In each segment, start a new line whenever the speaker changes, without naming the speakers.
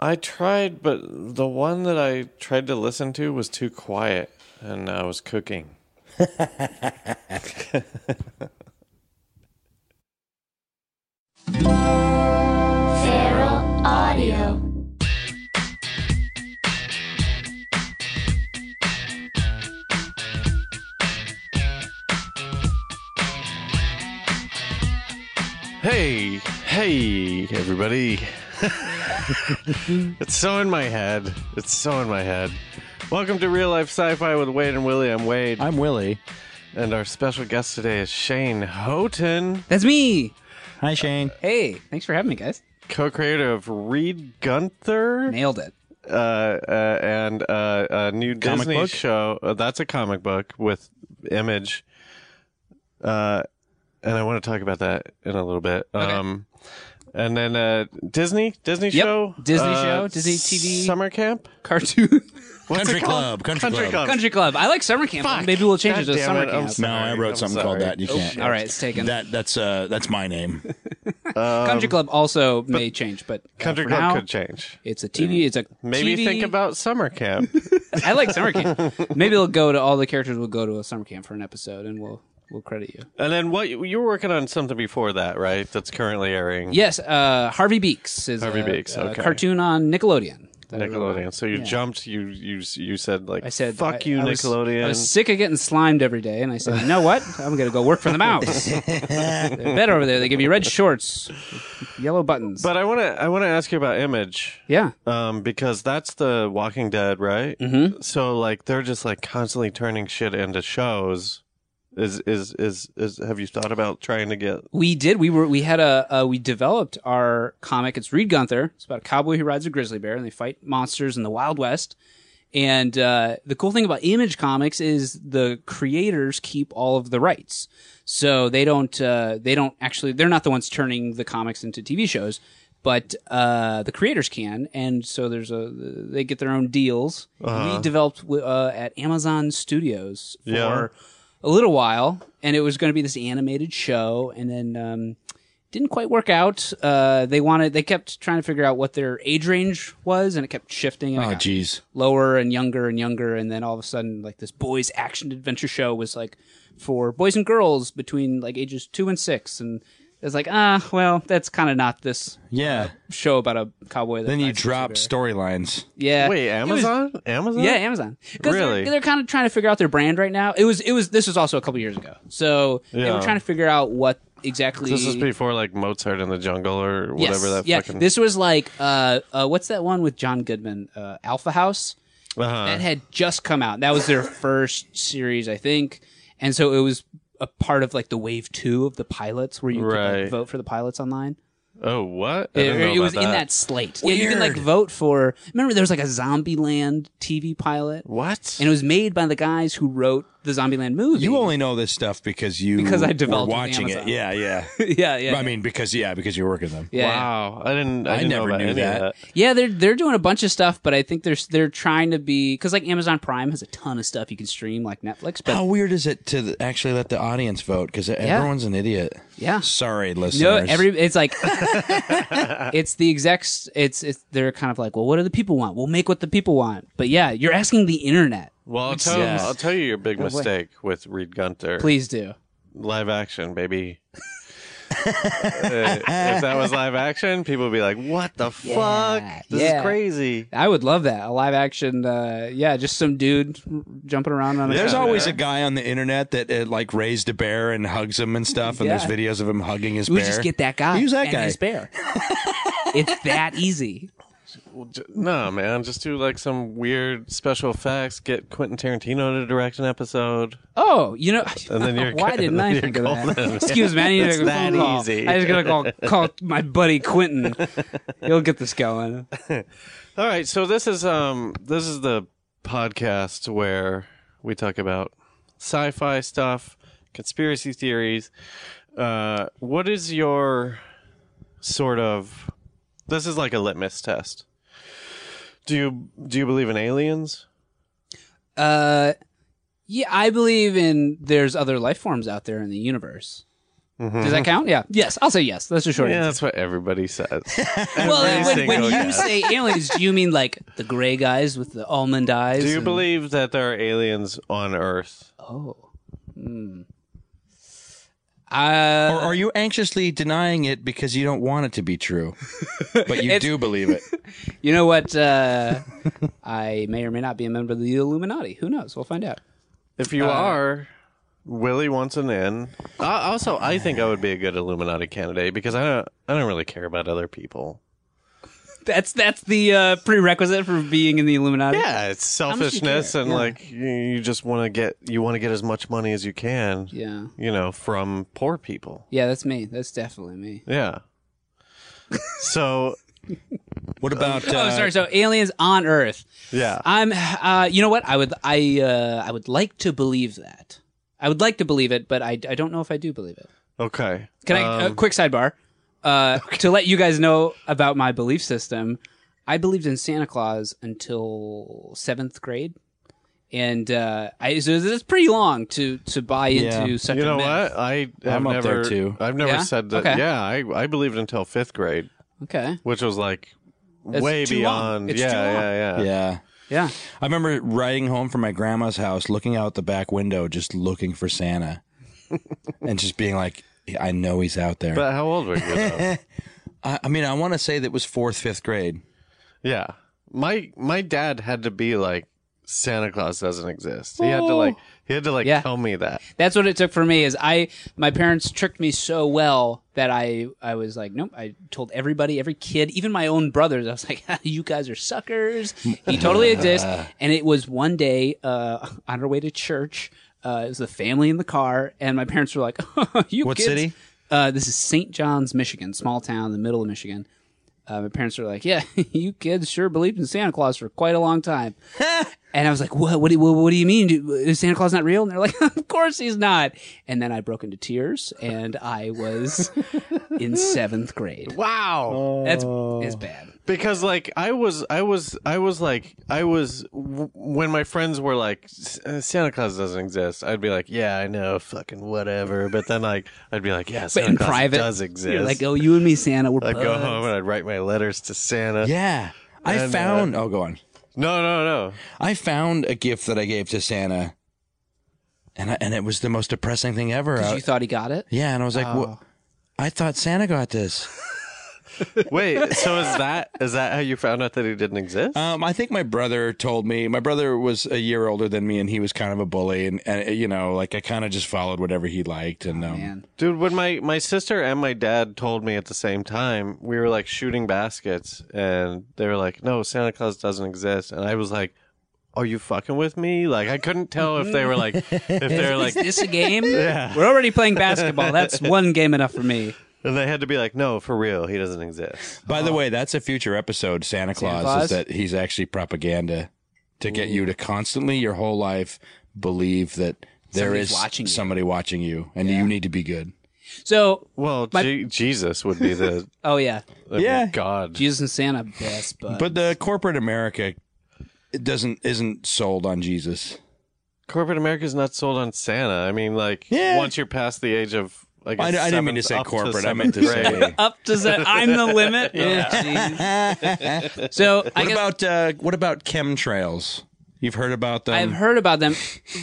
I tried, but the one that I tried to listen to was too quiet and I was cooking.
Feral Audio.
Hey, hey, everybody. it's so in my head. It's so in my head. Welcome to Real Life Sci Fi with Wade and Willie. I'm Wade.
I'm Willie.
and our special guest today is Shane Houghton,
That's me.
Hi, Shane.
Hey, thanks for having me, guys.
co creator of Reed Gunther
Nailed it.
uh, uh, and uh, a new
Comic
Disney
book?
show. Uh, that's a comic book with image. Uh, and I want to talk about that in a little bit. Um, and then uh, Disney, Disney
Yep.
show,
Disney
uh,
show, Disney TV.
summer camp.
Cartoon.
What's
Country
it called?
Club, Country Club.
Country Club. I like summer camp.
Fuck.
Maybe we'll change
God
it to
damn
summer
it, I'm
camp.
sorry.
No, I
I'm
wrote something
sorry.
called that. You
Oh,
can't.
All right, it's taken.
That that's uh that's my name.
Country Club also may change, but
Uh,
uh,
um, Country
for
Club
now,
could change.
It's a TV. It's a
Maybe
TV.
think about summer camp.
I like summer camp. Maybe it'll go to all the characters. will go to a summer camp for an episode, and we'll we'll credit you.
and then what you were working on something before that, right? That's currently airing.
Yes, uh, Harvey Beaks is
Harvey
a,
Beaks,
a
okay.
cartoon on Nickelodeon. that I really like.
Nickelodeon. So you jumped. You you you said like
I said,
"fuck
I-
you,
I was-
Nickelodeon."
I was sick of getting slimed every day, and I said, you know what? I'm gonna go work for the mouse. They're better over there. They give me red shorts, yellow buttons.
but uh, I want to I want to ask you about Image,
yeah,
um, because that's the Walking Dead, right? Mm-hmm. So like they're just like constantly turning shit into shows. Is is is is? Have you thought about trying to get?
we did. We were we had a uh, we developed our comic. It's Reed Gunther. It's about a cowboy who rides a grizzly bear, and they fight monsters in the Wild West. And uh, the cool thing about Image Comics is the creators keep all of the rights, so they don't uh, they don't actually they're not the ones turning the comics into TV shows, but uh, the creators can, and so there's a they get their own deals. We developed wi- uh, at Amazon Studios for
Yeah.
a little while, and it was going to be this animated show, and then. Um, didn't quite work out. Uh, they wanted, they kept trying to figure out what their age range was, and it kept shifting. And it
Oh,
got
jeez.
lower and younger and younger and then all of a sudden like this boys action adventure show was like for boys and girls between like ages two and six and it was like ah well that's kind of not this
Yeah.
show about a cowboy that
Then you
fights a
drop
bear.
storylines.
yeah
Wait,
It was-
Amazon? Amazon?
yeah, Amazon. 'Cause
Really?
They're, kind of trying to figure out their brand right now. It was it was this was also a couple years ago, so they
Yeah.
were trying to figure out what exactly.
This is before like Mozart in the Jungle or
Yes,
whatever that
yeah.
fucking.
This was like uh, uh, what's that one with John Goodman? Uh, Alpha House.
uh-huh.
that had just come out. That was their first series, I think, and so it was a part of like the wave two of the pilots, where you could like,
Right.
vote for the pilots online.
Oh what? I
It,
didn't know
it was
about
in that slate. Yeah, you can like vote for. Remember, there was like a Zombieland TV pilot,
What?
and it was made by the guys who wrote the Zombieland movie.
You only know this stuff because you
Because I
were
developed with
watching it.
Amazon.
Yeah, yeah.
yeah, yeah.
I mean, because yeah, because you work with them.
yeah.
Wow, I didn't. I,
I
didn't
never
know about
knew
any
that.
Of that.
Yeah, they're they're doing a bunch of stuff, but I think they're they're trying to be because like Amazon Prime has a ton of stuff you can stream like Netflix, but
How weird is it to th- actually let the audience vote? Because everyone's an idiot.
Yeah.
Sorry,
No,
listeners.
every it's like it's the execs. It's it's they're kind of like, well, what do the people want? We'll make what the people want. But yeah, you're asking the internet.
Well, I'll tell,
Yeah.
I'll tell you your big mistake with Reed Gunther.
Please do.
Live action, baby. Uh, if that was live action, people would be like, "What the fuck? This
yeah.
is crazy."
I would love that a live action. Uh, yeah, just some dude jumping around on a.
There's
Yeah,
always
man.
a guy on the internet that uh, like raised a bear and hugs him and stuff, and
Yeah.
there's videos of him hugging his
we
bear.
just get that guy.
Use that
and
guy.
His bear. it's that easy.
no, man, just do like some weird special effects. Get Quentin Tarantino to direct an episode.
Oh, you know,
And then you're
why
good.
didn't I
You're
think of
golden,
that?
man.
Excuse me, I need to
It's
make a
that
phone call.
easy.
I just gotta call call my buddy Quentin. He'll get this going.
All right, so this is um this is the podcast where we talk about sci-fi stuff, conspiracy theories. Uh what is your sort of this is like a litmus test. Do you do you believe in aliens?
Uh, yeah, I believe in there's other life forms out there in the universe. Does that count? Yeah. Yes, I'll say yes. That's a short
Yeah,
answer.
that's what everybody says.
Well,
Every
when, when
single
you
guess.
say aliens, do you mean like the gray guys with the almond eyes?
Do you
and-
believe that there are aliens on Earth?
Oh. Hmm. Uh,
Or are you anxiously denying it because you don't want it to be true, but you do believe it?
You know what? Uh, I may or may not be a member of the Illuminati. Who knows? We'll find out.
If you are, Willie Uh, wants an in. I, Uh, also, I think I would be a good Illuminati candidate because I don't, I don't really care about other people.
That's that's the uh, prerequisite for being in the Illuminati.
Yeah, it's
much do you
selfishness
care?
and
Yeah.
like you, you just want to get you want to get as much money as you can.
yeah,
You know, from poor people.
Yeah, That's me. That's definitely me.
Yeah. so
What about?
oh, sorry. So aliens on Earth.
yeah,
I'm. Uh, you know what? I would. I. Uh, I would like to believe that. I would like to believe it, but I. I don't know if I do believe it.
okay.
Can I?
Um,
a quick sidebar. Uh, To let you guys know about my belief system, I believed in Santa Claus until seventh grade, and uh, I so it's pretty long to to buy into
Yeah.
such
You
a
know
myth.
what? I have
I'm up
never
there, too.
I've never
Yeah?
said that.
Okay.
Yeah, I I believed until fifth grade,
Okay.
which was like
That's
way
too long.
beyond.
It's
yeah,
too long.
yeah, yeah,
uh,
yeah,
Yeah.
I remember riding home from my grandma's house, looking out the back window, just looking for Santa, and just being like, "I know he's out there."
But how old were you? Though?
I, I mean, I want to say that was fourth, fifth grade.
Yeah. My my dad had to be like Santa Claus doesn't exist. He had to like he had to like
Yeah.
tell me that.
That's what it took for me. Is I my parents tricked me so well that I I was like, nope. I told everybody, every kid, even my own brothers. I was like, you guys are suckers. He totally exists. And it was one day uh, on our way to church. Uh, it was the family in the car, and my parents were like, "You
What
kids-
city?
Uh, this is St. John's, Michigan, small town in the middle of Michigan. Uh, my parents were like, "Yeah, you kids sure believed in Santa Claus for quite a long time." and I was like, "What? What do, what, what do you mean? Do, is Santa Claus not real?" And they're like, "Of course he's not." And then I broke into tears, and I was in seventh grade.
Wow.
That's is bad.
Oh. Because like I was I was I was like I was w- when my friends were like "S- uh, Santa Claus doesn't exist. I'd be like, yeah, I know, fucking whatever. But then like I'd be like, yeah,
But
Santa
in
Claus
private,
does exist.
You're like, "Oh, you and me, Santa, we're
I'd go
buds."
home and I'd write my letters to Santa.
Yeah, I
And, uh,
found. oh, go on.
No, no, no.
I found a gift that I gave to Santa, and I, and it was the most depressing thing ever.
'Cause
I-
You thought he got it?
yeah, and I was like,
Oh.
"Wha- I thought Santa got this.
Wait, so is that is that how you found out that he didn't exist?
Um, I think my brother told me. My brother was a year older than me, and he was kind of a bully, and, and uh, you know, like I kind of just followed whatever he liked, and um,
Man,
Dude, when my, my sister and my dad told me at the same time, we were like shooting baskets and they were like, no, Santa Claus doesn't exist. And I was like, are you fucking with me? Like, I couldn't tell if they were like, if they were like,
is this a game? We're already playing basketball. That's one game enough for me.
and they had to be like, no, for real, he doesn't exist.
By the way, that's a future episode. Santa Claus,
Uh-huh. Claus?
is that he's actually propaganda to get you to constantly your whole life believe that there
Somebody's
is
watching you.
somebody watching you, and you need to be good.
So,
Well,
My-
Je- Jesus would be the,
oh yeah,
the
Yeah.
God.
Jesus and Santa best, but,
But the corporate America it doesn't isn't sold on Jesus.
Corporate America's not sold on Santa. I mean, like,
Yeah.
once you're past the age of, I, guess,
I, I didn't mean to
seventh
say
up
corporate. I
seventh
meant to
grade.
say.
up to Zen- I'm the limit. Oh, Jeez. so I
What
guess
about uh, what about chemtrails? You've heard about them.
I've heard about them.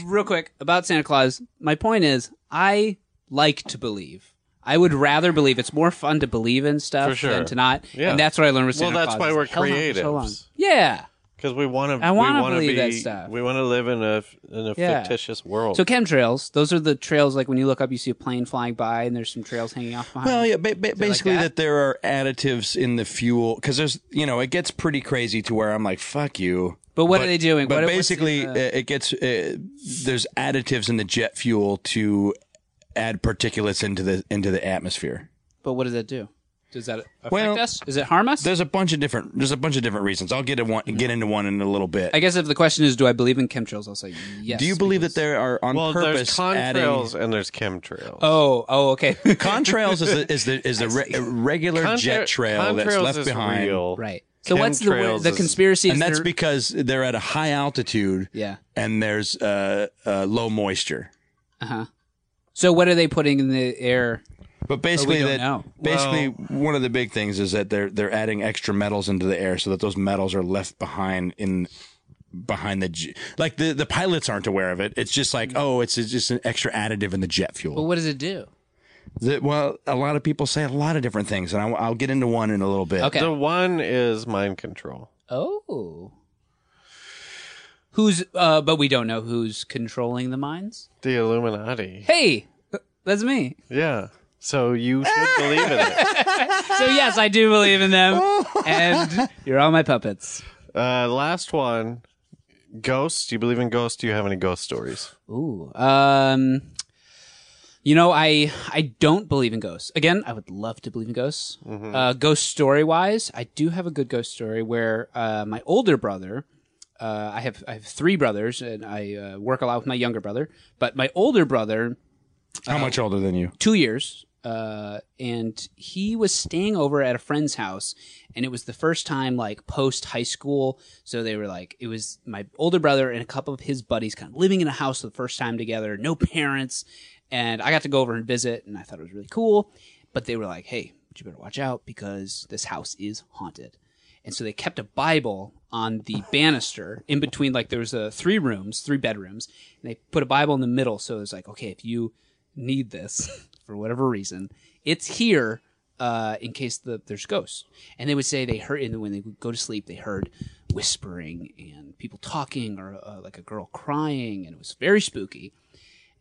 Real quick about Santa Claus. My point is, I like to believe. I would rather believe. It's more fun to believe in stuff
For sure.
than to not.
Yeah.
And that's what I learned with
Well,
Santa
that's
Claus.
why we're
Hell no, for so long.
creatives.
Yeah.
because we want to.
I wanna
we wanna
believe
be,
that stuff.
We want to live in a in a
Yeah.
fictitious world.
So chemtrails, those are the trails. Like when you look up, you see a plane flying by, and there's some trails hanging off behind.
Well, yeah, ba- ba- basically that?
that?
there are additives in the fuel because there's, you know, it gets pretty crazy to where I'm like, fuck you.
But what are they doing?
But
What- what's
basically,
the-
uh, it gets uh, there's additives in the jet fuel to add particulates into the into the atmosphere.
but what does that do? Does that affect
Well,
us? Does it harm us?
There's a bunch of different there's a bunch of different reasons. I'll get to one get into one in a little bit.
I guess if the question is, do I believe in chemtrails? I'll say yes.
Do you believe that there are on
well, there's
purpose adding
contrails and there's chemtrails.
Oh, oh, okay.
contrails is the, is the is the re- regular
Contra-
jet trail that's
contrails
left
is
behind.
real.
right. So what's the way-
Chemtrails
the
is-
conspiracy? is
And that's
there-
because they're at a high altitude
yeah.
and there's uh, uh, low moisture.
Uh huh. So what are they putting in the air?
But basically,
don't
that
know.
basically one of the big things is that they're they're adding extra metals into the air so that those metals are left behind in behind the j- like the the pilots aren't aware of it. It's just like oh, it's, it's just an extra additive in the jet
But
fuel.
what does it do?
The- well, a lot of people say a lot of different things, and I, will get into one in a little bit.
Okay.
The one is mind control.
oh. Who's? Uh, but we don't know who's controlling the mines.
The Illuminati.
Hey, that's me.
Yeah. So you should believe in it.
So yes, I do believe in them, and you're all my puppets.
Uh, last one. Ghosts. Do you believe in ghosts? Do you have any ghost stories?
Ooh. Um you know, I I don't believe in ghosts. Again, I would love to believe in ghosts. Uh, ghost story wise, I do have a good ghost story where uh, my older brother, uh, I have I have three brothers, and I uh, work a lot with my younger brother. But my older brother,
How much
Um,
older than you?
two years, uh, and he was staying over at a friend's house, and it was the first time like post high school. So they were like, it was my older brother and a couple of his buddies kind of living in a house for the first time together, no parents, and I got to go over and visit, and I thought it was really cool. But they were like, hey, but you better watch out because this house is haunted. And so they kept a Bible on the banister in between, like there was uh, three rooms, three bedrooms, and they put a Bible in the middle. So it was like, okay, if you need this for whatever reason, it's here uh, in case the, there's ghosts. And they would say they heard, and when they would go to sleep, they heard whispering and people talking or uh, like a girl crying, and it was very spooky.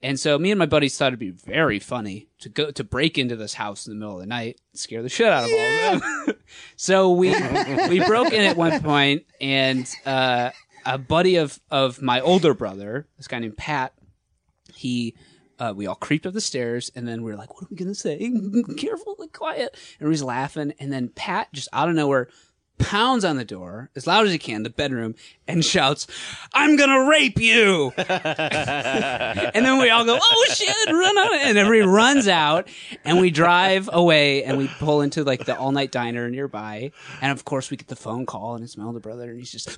And so me and my buddies thought it'd be very funny to go to break into this house in the middle of the night, scare the shit out of all of them. so we we broke in at one point, and uh, a buddy of of my older brother, this guy named Pat, he. Uh, we all creeped up the stairs, and then we were like, "What are we gonna say? Careful, like quiet." And he's laughing, and then Pat just out of nowhere pounds on the door as loud as he can, the bedroom, and shouts, "I'm gonna rape you!" And then we all go, oh shit, run on it. And everybody runs out and we drive away and we pull into like the all night diner nearby. And of course, we get the phone call and it's my older brother and he's just,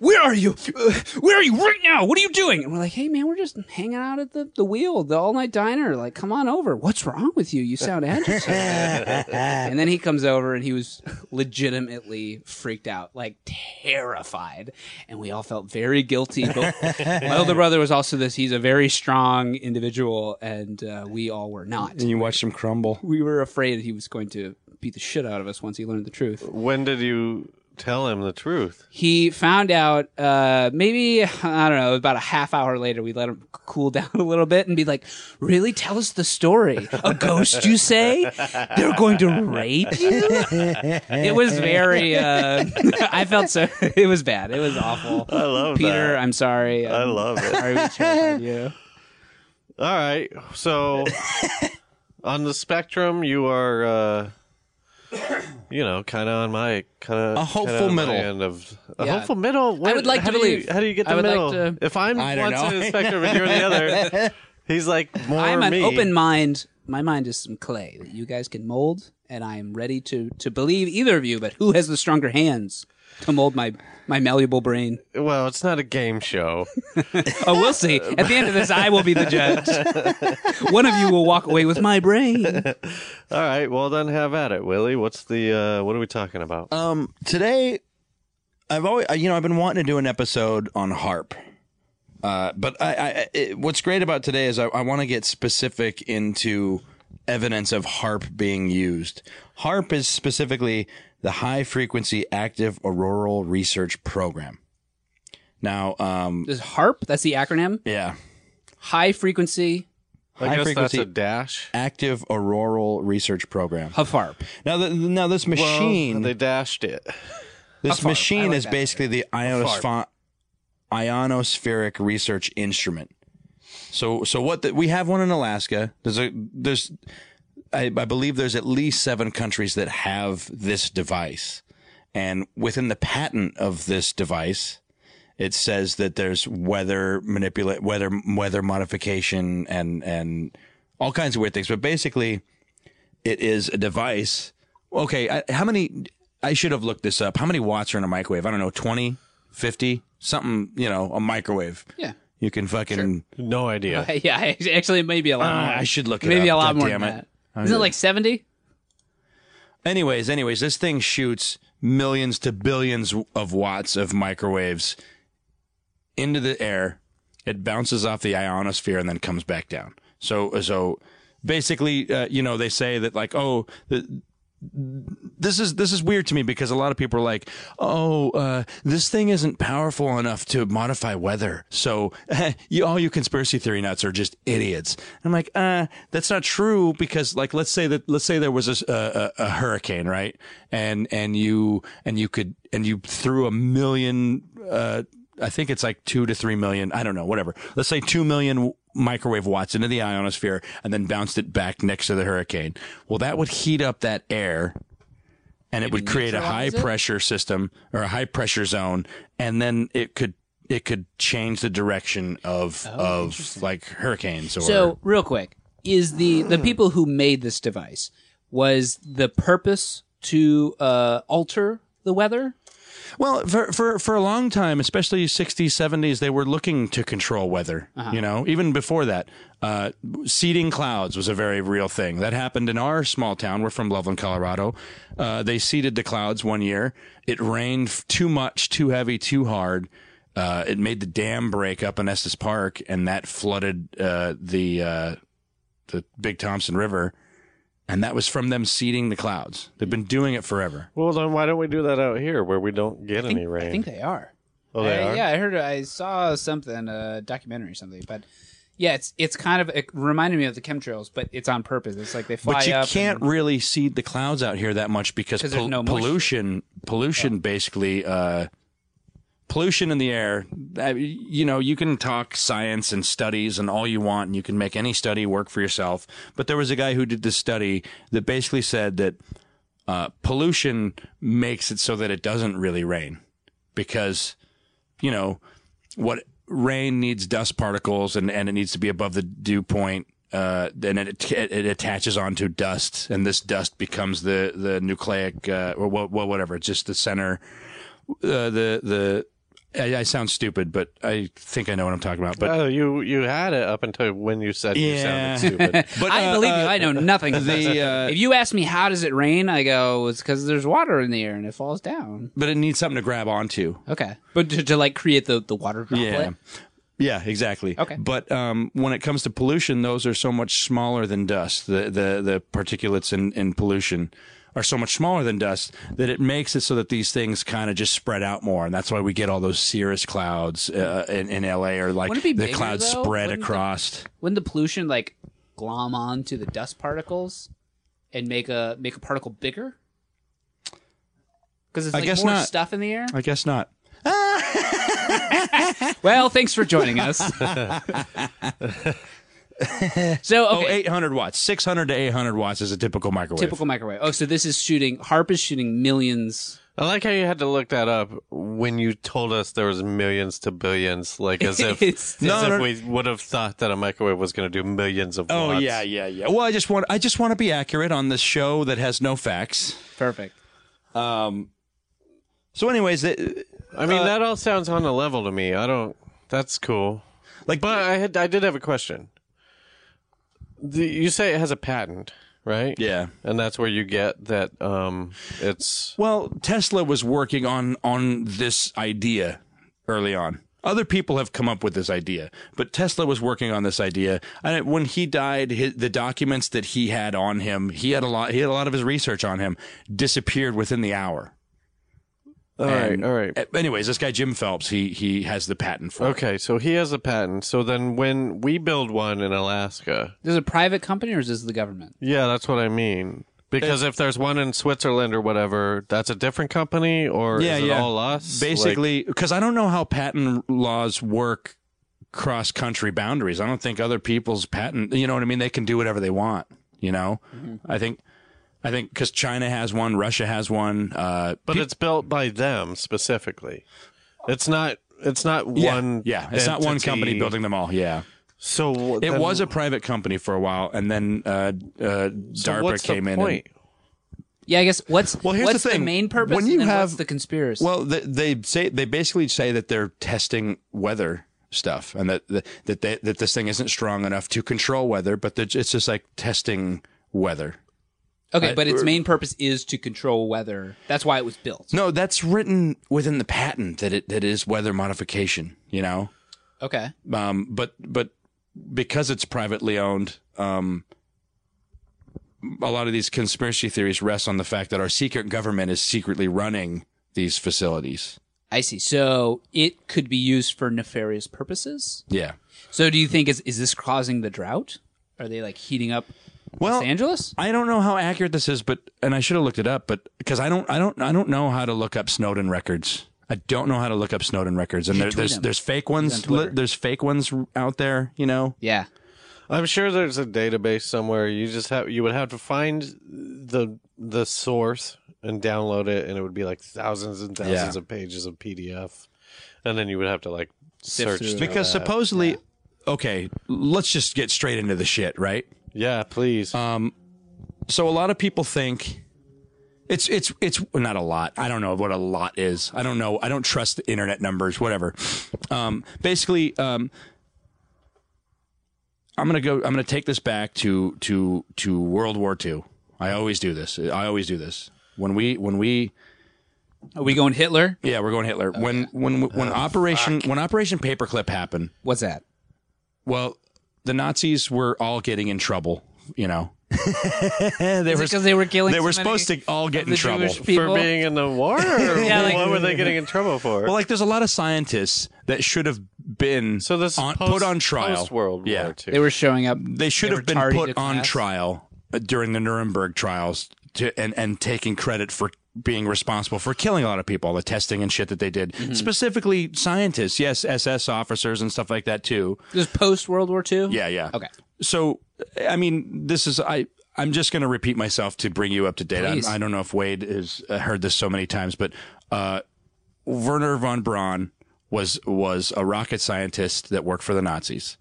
where are you? Uh, Where are you right now? What are you doing? And we're like, hey man, we're just hanging out at the, the wheel, the all night diner. Like, come on over. What's wrong with you? You sound agitated. And then he comes over and he was legitimately freaked out, like terrified. And we all felt very guilty. But my older brother was also this. He's a very strong individual, and uh, we all were not.
And you watch them crumble.
We were afraid he was going to beat the shit out of us once he learned the truth.
When did you tell him the truth?
He found out uh, maybe, I don't know, about a half hour later, we let him c- cool down a little bit and be like, Really? Tell us the story. A ghost, you say? They're going to rape you? It was very, uh, I felt so, it was bad. It was awful. I
love
Peter,
that.
I'm sorry.
I
I'm
love it.
Sorry we terrified you.
All right. So on the spectrum, you are, uh, you know, kind of on my kind of
A hopeful middle.
end of a
Yeah.
hopeful middle. What-
would like
how do
to
you-
believe.
how do you get
I
the
would like
middle?
to-
If I'm
I don't
one side of the
know.
spectrum and you're the other, he's like more
I'm an
me.
open mind. My mind is some clay that you guys can mold, and I am ready to to believe either of you. But who has the stronger hands to mold my my malleable brain?
Well, it's not a game show.
Oh, we'll see. At the end of this, I will be the judge. One of you will walk away with my brain.
All right. Well, then have at it, Willie. What's the? Uh, what are we talking about?
Um, today, I've always, uh, you know, I've been wanting to do an episode on harp. Uh, but I, I it, what's great about today is I, I want to get specific into evidence of HARP being used. HARP is specifically the High Frequency Active Auroral Research Program. Now, um,
Is HARP? That's the acronym.
yeah,
High frequency
I
High
guess
frequency-
that's a dash.
Active Auroral Research Program.
of HARP.
Now, th now this machine,
Well, they dashed it.
this
farm. I
machine
like
is
that.
basically the ionospheric, ionospheric research instrument. So, so what the, we have one in Alaska. There's a there's, I, I believe there's at least seven countries that have this device, and within the patent of this device, it says that there's weather manipulate weather weather modification and and all kinds of weird things. But basically, it is a device. Okay, I, how many? I should have looked this up. How many watts are in a microwave? I don't know, 20, 50, something. You know, a microwave.
Yeah.
You can fucking.
No idea.
yeah, actually, it may be a lot.
Ah,
more.
I should look it
Maybe
up.
a lot
God
more
damn
than
it.
that. Isn't it like seventy?
Anyways, anyways, this thing shoots millions to billions of watts of microwaves into the air. It bounces off the ionosphere and then comes back down. So, so basically, uh, you know, they say that like, oh, the, this is this is weird to me because a lot of people are like, oh, uh, this thing isn't powerful enough to modify weather. So you, all you conspiracy theory nuts are just idiots. I'm like, uh, that's not true because like let's say that let's say there was a, s- a- a- a hurricane, right? And and you and you could and you threw a million. Uh, I think it's like two to three million. I don't know, whatever. Let's say two million w- microwave watts into the ionosphere and then bounced it back next to the hurricane. Well, that would heat up that air and it would create a high
neutralize it?
pressure system or a high pressure zone. And then it could, it could change the direction of,
Oh,
of like hurricanes or
So, real quick, is the the people who made this device was the purpose to uh, alter the weather?
Well, for, for, for a long time, especially 60s, 70s, they were looking to control weather. You know, even before that, uh, seeding clouds was a very real thing. That happened in our small town. We're from Loveland, Colorado. Uh, they seeded the clouds one year. It rained f- too much, too heavy, too hard. Uh, it made the dam break up in Estes Park, and that flooded uh, the uh, the Big Thompson River. And that was from them seeding the clouds. They've been doing it forever.
Well, then why don't we do that out here where we don't get any rain?
I think they are.
oh, they
I-
are?
Yeah, I heard. I saw something, a documentary or something, but. Yeah, it's it's kind of it reminded me of the chemtrails, but it's on purpose. It's like they fly
But you
up
can't
and-
really seed the clouds out here that much because
'Cause there's
pol-
no moisture.
pollution, pollution basically, uh, pollution in the air. I- you know, you can talk science and studies and all you want, and you can make any study work for yourself. But there was a guy who did this study that basically said that uh, pollution makes it so that it doesn't really rain because you know what rain needs dust particles and, and it needs to be above the dew point uh, and it, it it attaches onto dust and this dust becomes the the nucleic uh, or what what whatever it's just the center uh, the the I, I sound stupid but I think I know what I'm talking about but
oh, you you had it up until when you said you
Yeah.
sounded stupid.
but
I
uh,
believe
uh,
you. I know nothing.
the, uh,
if you ask me how does it rain, I go it's because there's water in the air and it falls down.
but it needs something to grab onto
Okay, but to, to like create the the water droplet.
Yeah. Yeah, exactly.
Okay.
But um, when it comes to pollution, those are so much smaller than dust. The the, the particulates in, in pollution are so much smaller than dust that it makes it so that these things kind of just spread out more. And that's why we get all those cirrus clouds uh, in, in LA or like
Wouldn't it be
the
bigger,
clouds
though?
spread
Wouldn't the-
across.
Wouldn't the pollution like glom on to the dust particles and make a make a particle bigger? Because it's
I
like
guess
more
not.
stuff in the air.
I guess not.
Well, thanks for joining us. so
Oh,
okay,
800 watts. 600 to 800 watts is a typical microwave.
typical microwave. Oh, so this is shooting. Harp is shooting millions.
I like how you had to look that up when you told us there was millions to billions, like as if
It's-
as
No,
if
no.
we would have thought that a microwave was going to do millions of.
Oh
watts.
yeah, yeah, yeah. Well, I just want I just want to be accurate on this show that has no facts.
Perfect.
So anyways, it,
I mean, that all sounds on a level to me. I don't. That's cool.
like
But I had I did have a question. The, you say it has a patent, right?
yeah.
And that's where you get that um it's
Well, Tesla was working on on this idea early on. Other people have come up with this idea, but Tesla was working on this idea. And when he died, his, the documents that he had on him, he had a lot. He had a lot of his research on him disappeared within the hour.
All right,
And-
all right.
Anyways, this guy Jim Phelps, he he has the patent for. it.
Okay, so he has a patent. So then when we build one in Alaska,
Is it a private company or is this the government?
yeah, that's what I mean. Because if there's one in Switzerland or whatever, that's a different company, or
Yeah,
is it
yeah.
all us? Like-
basically because I don't know how patent laws work cross country boundaries. I don't think other people's patent, you know what I mean? They can do whatever they want, you know?
Mm-hmm.
I think, I think because China has one, Russia has one. Uh,
but it's built by them specifically. It's not. It's not
yeah,
one.
yeah, it's not one
entity.
company building them all. Yeah,
So w-
it
then
was a private company for a while, and then uh, uh, DARPA
what's the
came in. and-
point?
Yeah, I guess what's
Well, here's
what's
the
the,
thing.
main purpose
When you
and then
have-
what's the conspiracy?
Well, they, they say they basically say that they're testing weather stuff, and that that that, they, that this thing isn't strong enough to control weather, but they're- it's just like testing weather.
okay, but its main purpose is to control weather. That's why it was built.
uh, No, that's written within the patent that it that it is weather modification. You know,
Okay.
um, but but because it's privately owned, um, a lot of these conspiracy theories rest on the fact that our secret government is secretly running these facilities.
I see. So it could be used for nefarious purposes.
Yeah.
So do you think is is this causing the drought? Are they like heating up
Well,
Los Angeles?
I don't know how accurate this is, but and I should have looked it up, but because I don't, I don't, I don't know how to look up Snowden records. I don't know how to look up Snowden records, and there,
tweet
there's
him.
there's fake ones, li-
Twitter.
there's fake ones out there, you know.
Yeah.
I'm sure there's a database somewhere. You just have you would have to find the the source and download it, and it would be like thousands and thousands
Yeah.
of pages of PDF, and then you would have to like search
through
through
it.
Because
that.
supposedly, okay, let's just get straight into the shit, right?
yeah, please.
Uh, So a lot of people think it's it's it's not a lot. I don't know what a lot is. I don't know. I don't trust the internet numbers. Whatever. Um, basically, um, I'm gonna go. I'm gonna take this back to to to World War II. I always do this. I always do this when we when we
Are we going Hitler?
yeah we're going Hitler when when when Operation when Operation Paperclip happened.
What's that?
Well, the Nazis were all getting in trouble. You know, they were
Because they were killing.
they
so
were
many
supposed to all get in
the
trouble.
Jewish people.
for being in the war. Or
Yeah, like-
what were they getting in trouble for?
Well, like there's a lot of scientists that should have been
so this is
on,
post-
put on trial.
post World
yeah,
War II.
They were showing up.
they should
They
have
were
been
tardy
put
to
on
class.
trial uh, during the Nuremberg trials to, and and taking credit for being responsible for killing a lot of people, all the testing and shit that they did,
Mm-hmm.
specifically scientists. Yes, SS officers and stuff like that too.
This post World War II.
Yeah, yeah.
Okay.
So, I mean, this is I. I'm just going to repeat myself to bring you up to date.
Please.
I, I don't know if Wade has uh, heard this so many times, but uh, Werner von Braun was was a rocket scientist that worked for the Nazis.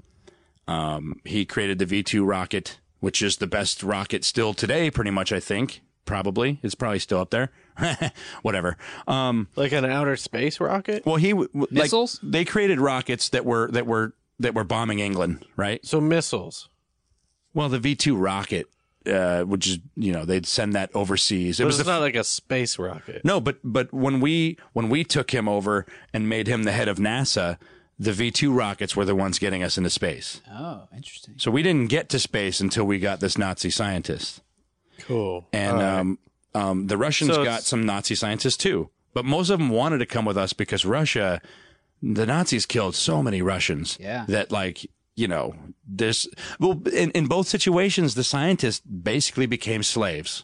Um, he created the V two rocket, which is the best rocket still today, pretty much. I think probably it's probably still up there. Whatever. Um,
like an outer space rocket.
well, he w- w- like,
Missiles?
they created rockets that were that were that were bombing England, right?
So missiles.
Well, the V two rocket, uh, which is you know they'd send that overseas. It
But
was
it's
the
not like a space rocket.
no, but but when we when we took him over and made him the head of NASA, the V two rockets were the ones getting us into space.
Oh, interesting.
So we didn't get to space until we got this Nazi scientist,
Cool.
and um, um, the Russians
So
got
it's-
some Nazi scientists too. But most of them wanted to come with us because Russia, the Nazis killed so many Russians
Yeah.
that like you know there's well in, in both situations the scientists basically became slaves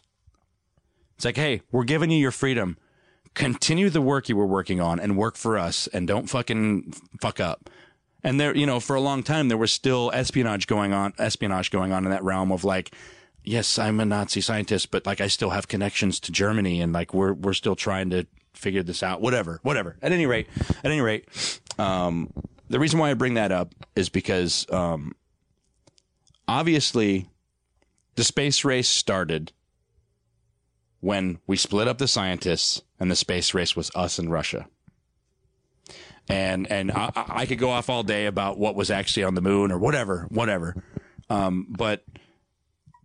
it's like hey we're giving you your freedom continue the work you were working on and work for us and don't fucking fuck up and there you know for a long time there was still espionage going on espionage going on in that realm of like yes i'm a nazi scientist but like i still have connections to germany and like we're we're still trying to figure this out whatever whatever at any rate at any rate um the reason why I bring that up is because um, obviously the space race started when we split up the scientists, and the space race was us and Russia. And and I, I I could go off all day about what was actually on the moon or whatever, whatever. Um, but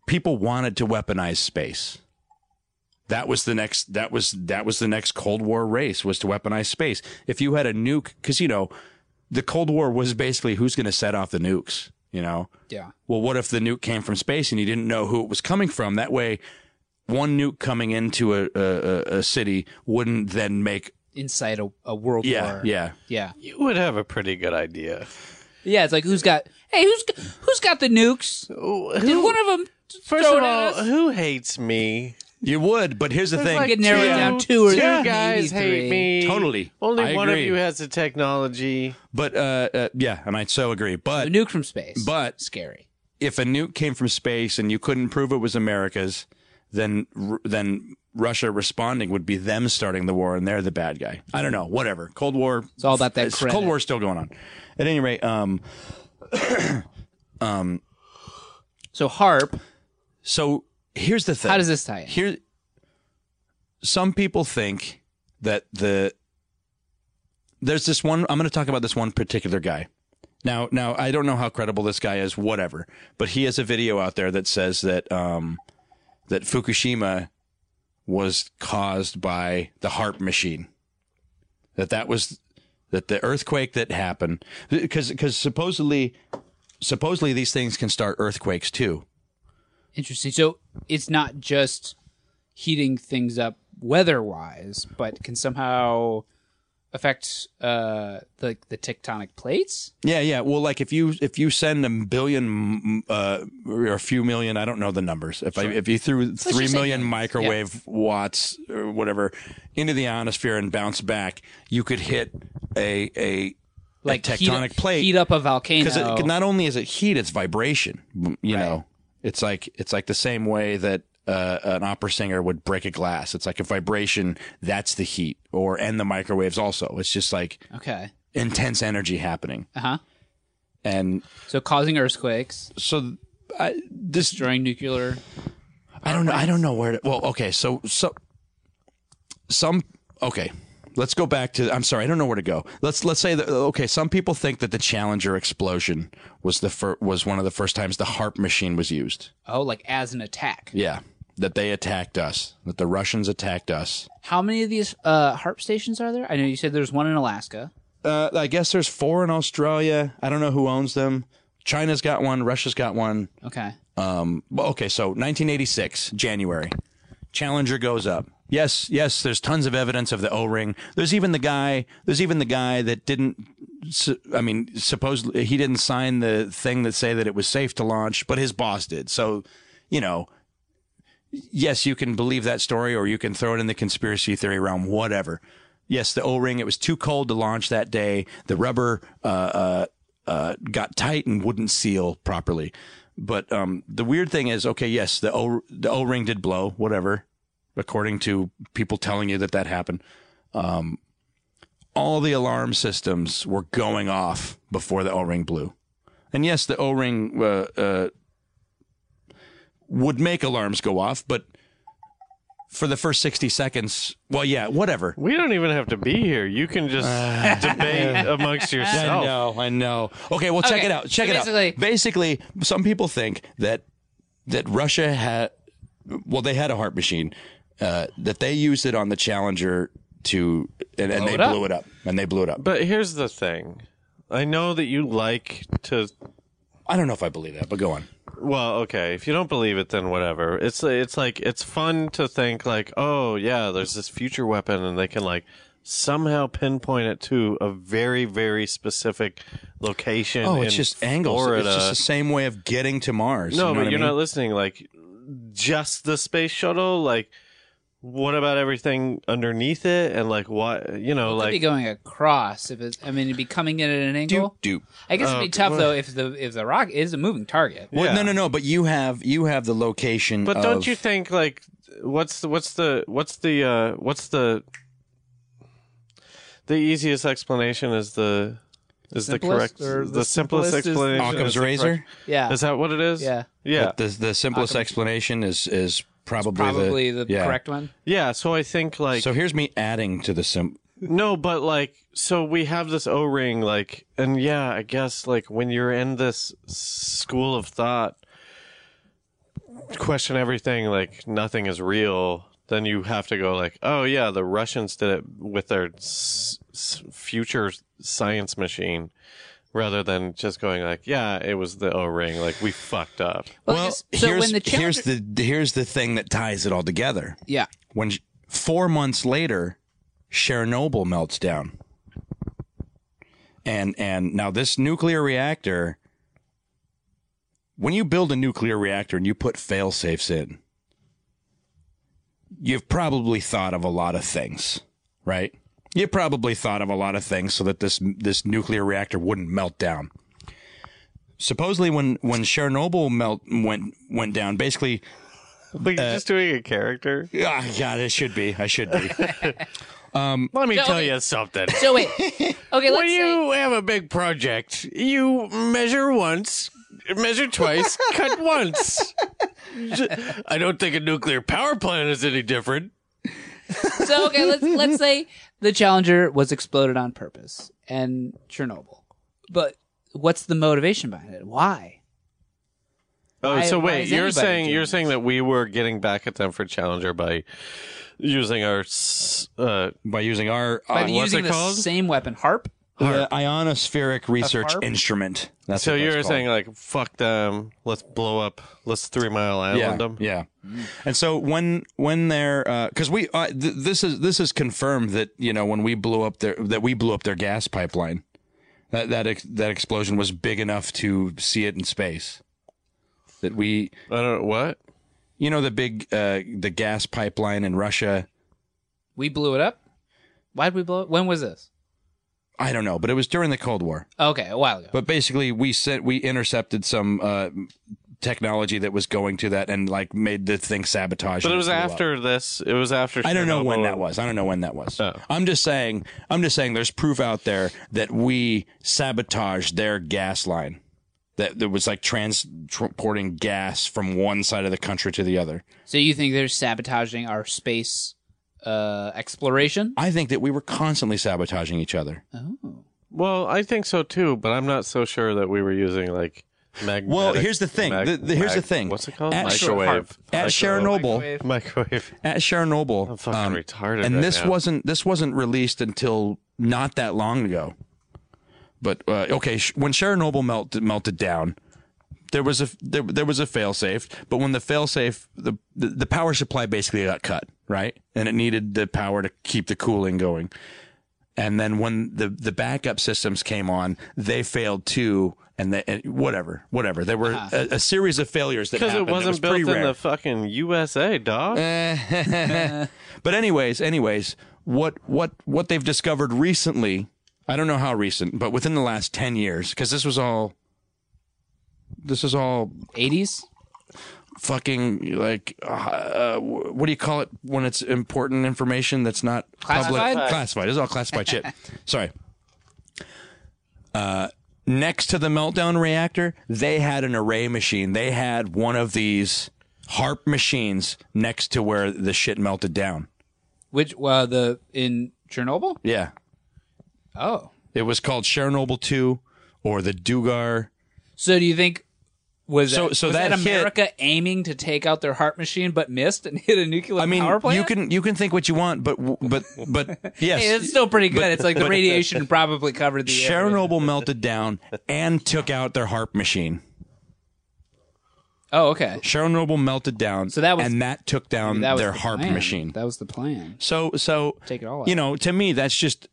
people wanted to weaponize space. That was the next. That was that was the next Cold War race was to weaponize space. If you had a nuke, because you know the Cold War was basically who's going to set off the nukes, you know?
Yeah.
Well, what if the nuke came from space and you didn't know who it was coming from? That way, one nuke coming into a, a, a- a city wouldn't then make.
Inside a, a world
Yeah,
war.
yeah.
Yeah.
You would have a pretty good idea.
Yeah, it's like who's got Hey, who's g- who's got the nukes? Did one of them
First of all, who hates me?
You would, but here's the thing.
like- could narrow it down two or maybe
guys
three.
hate me.
Totally.
Only
I
one
agree.
of you has the technology.
but uh, uh, yeah, and I so agree.
a
But
nuke from space?
But-
scary.
if a nuke came from space and you couldn't prove it was America's, then Ru- then Russia responding would be them starting the war and they're the bad guy. I don't know. Whatever. Cold War. It's
all about that
Cold
credit.
War's still going on. At any rate, um,
So harp,
so here's the thing.
how does this tie in?
here some people think that the there's this one I'm going to talk about this one particular guy. Now now I don't know how credible this guy is whatever, but he has a video out there that says that um that Fukushima was caused by the harp machine. That that was that the earthquake that happened because because supposedly supposedly these things can start earthquakes too.
Interesting. So it's not just heating things up weather-wise, but can somehow affect uh, the the tectonic plates.
Yeah, yeah. Well, like if you if you send a billion m- uh, or a few million, I don't know the numbers. If I, if you threw three
just say
million
millions.
microwave watts or whatever into the ionosphere and bounce back, you could hit a a
Like heat-
tectonic plate.
heat up a volcano.
because not only is it heat, it's vibration. You know, it's like it's like the same way that. Uh, an opera singer would break a glass. It's like a vibration. That's the heat, or and the microwaves also. It's just like
okay.
intense energy happening,
Uh huh.
and
So causing earthquakes,
so I, this
destroying nuclear.
I don't know. I don't know where to. Well, okay. So, so some. Okay, let's go back to. I'm sorry. I don't know where to go. Let's let's say that. Okay, some people think that the Challenger explosion was the fir- was one of the first times the harp machine was used.
Oh, like as an attack.
Yeah, that they attacked us. That the Russians attacked us.
How many of these uh, harp stations are there? I know you said there's one in Alaska.
Uh, I guess there's four in Australia. I don't know who owns them. China's got one. Russia's got one.
Okay.
Um, well, okay, so 1986, January. Challenger goes up. Yes, yes, there's tons of evidence of the O-ring. There's even the guy, there's even the guy that didn't su- I mean, supposedly he didn't sign the thing that say that it was safe to launch, but his boss did. So, you know, yes, you can believe that story or you can throw it in the conspiracy theory realm, whatever. Yes, the O-ring, it was too cold to launch that day. The rubber uh, uh, uh, got tight and wouldn't seal properly. But um, the weird thing is, okay, yes, the O the O ring did blow, whatever, according to people telling you that that happened. Um, all the alarm systems were going off before the O ring blew, and yes, the O ring uh, uh, would make alarms go off, but for the first sixty seconds, well, yeah, whatever.
We don't even have to be here. You can just debate amongst
I
yourself.
know, I know. Okay, well, check
Okay,
it out. Check
so
it out. Basically, some people think that that Russia had, well, they had a heart machine uh, that they used it on the Challenger to, and, and they
it up.
blew it up, and they blew it up.
But here's the thing. I know that you like to
I don't know if I believe that, but go on.
Well, okay. If you don't believe it, then whatever. It's it's like it's fun to think like, oh yeah, there's this future weapon, and they can like somehow pinpoint it to a very very specific location.
Oh, it's
in
just angles.
Florida.
It's just the same way of getting to Mars.
no,
you know
but
what I
you're
mean?
not listening. Like, just the space shuttle. Like, what about everything underneath it? And like, what you know,
It'd be
like
going across if it's. I mean, it'd be coming in at an angle.
Doop.
I guess it'd be tough though if the if the rock is a moving target.
uh, Well,
Yeah.
No, no, no. But you have you have the location.
But
of-
don't you think like what's the what's the what's the uh what's the the easiest explanation is the is
Simplest
the correct
or
the,
the
simplest,
simplest is-
explanation
Occam's
is the
razor?
correct-
Yeah,
is that what it is
Yeah.
yeah
The, the simplest explanation is is probably,
probably the,
yeah.
correct one.
yeah so I think like
So here's me adding to the sim.
no but like so we have this O ring like and yeah I guess like when you're in this school of thought question everything like nothing is real then you have to go like, oh yeah, the Russians did it with their s- s- future science machine, rather than just going like, yeah, it was the O ring. Like we fucked up.
Well,
Well,
yes, so
here's,
when the Challenger,
here's the here's the thing that ties it all together.
yeah,
When sh- four months later, Chernobyl melts down, and and now this nuclear reactor. When you build a nuclear reactor and you put fail safes in, you've probably thought of a lot of things, right? You probably thought of a lot of things so that this this nuclear reactor wouldn't melt down supposedly when when Chernobyl melt went went down, basically,
Like you're just doing a character.
ah, God, it should be, I should be.
Let me
No,
tell
okay.
you something.
So wait, okay,
When
let's say
you have a big project, you measure once, measure twice, cut once. J- I don't think a nuclear power plant is any different.
so. Okay, let's let's say the Challenger was exploded on purpose and Chernobyl, but what's the motivation behind it? Why?
Oh,
Why-
so
why
wait,
is
you're
anybody
saying
doing
you're
this?
saying that we were getting back at them for Challenger by using our s- uh,
By using our
By
uh,
using
it
the
called?
same weapon, harp.
the ionospheric research
harp?
instrument. That's
so
what that's
you're
called.
saying like fuck them, let's blow up, let's Three Mile Island
yeah,
them.
yeah.
Mm.
And so when when they're because we uh, th- this is this is confirmed that you know when we blew up their that we blew up their gas pipeline. That that ex- that explosion was big enough to see it in space. That we
I don't what.
you know the big uh, the gas pipeline in Russia
We blew it up. Why did we blow it? When was this?
I don't know, but it was during the Cold War.
Okay, a while ago.
But basically, we sent we intercepted some uh, technology that was going to that and like made the thing sabotage.
But it was
blew up.
after this. It was after.
I don't know when
Chernobyl.
that was. I don't know when that was.
Oh.
I'm just saying. I'm just saying. There's proof out there that we sabotaged their gas line. That that was like transporting gas from one side of the country to the other.
So you think they're sabotaging our space uh, exploration?
I think that we were constantly sabotaging each other.
Oh.
Well, I think so too, but I'm not so sure that we were using like magnetic.
Well, here's the thing.
mag-
The- the- here's the
mag-
thing.
What's it called?
At-
microwave.
At
Microwave.
Chernobyl,
Microwave.
at Chernobyl, um,
I'm fucking retarded.
and
right
this
now.
wasn't this wasn't released until not that long ago. But uh, okay, sh- when Chernobyl melted melted down, there was a there, there was a failsafe. But when the failsafe the, the the power supply basically got cut, right? And it needed the power to keep the cooling going. And then when the the backup systems came on, they failed too. And, they, and whatever, whatever. There were a, a series of failures that
Ah. because it
happened.
wasn't
was
built
pretty
in
rare. Eh.
the fucking USA, dog.
But anyways, anyways, what what what they've discovered recently, I don't know how recent, but within the last 10 years cuz this was all this is all
80s?
fucking like uh, uh, what do you call it when it's important information that's not
Classified?
public classified. This is all classified shit. Sorry. Uh next to the meltdown reactor, they had an array machine. They had one of these harp machines next to where the shit melted down.
Which uh, the in Chernobyl?
Yeah.
Oh.
It was called Chernobyl 2 or the Dugar.
So do you think was
So-
that,
so
was
that hit-
America aiming to take out their heart machine but missed and hit a nuclear
I mean,
power plant?
you can you can think what you want, but w- but but yes,
Hey, it's still pretty good. it's like the radiation probably covered the area.
Chernobyl melted down and took out their harp machine.
Oh, okay.
Chernobyl melted down,
So that was-
and that took down
That was
their
the
harp
plan.
machine.
That was the plan.
So so
Take it all out.
You know, to me that's just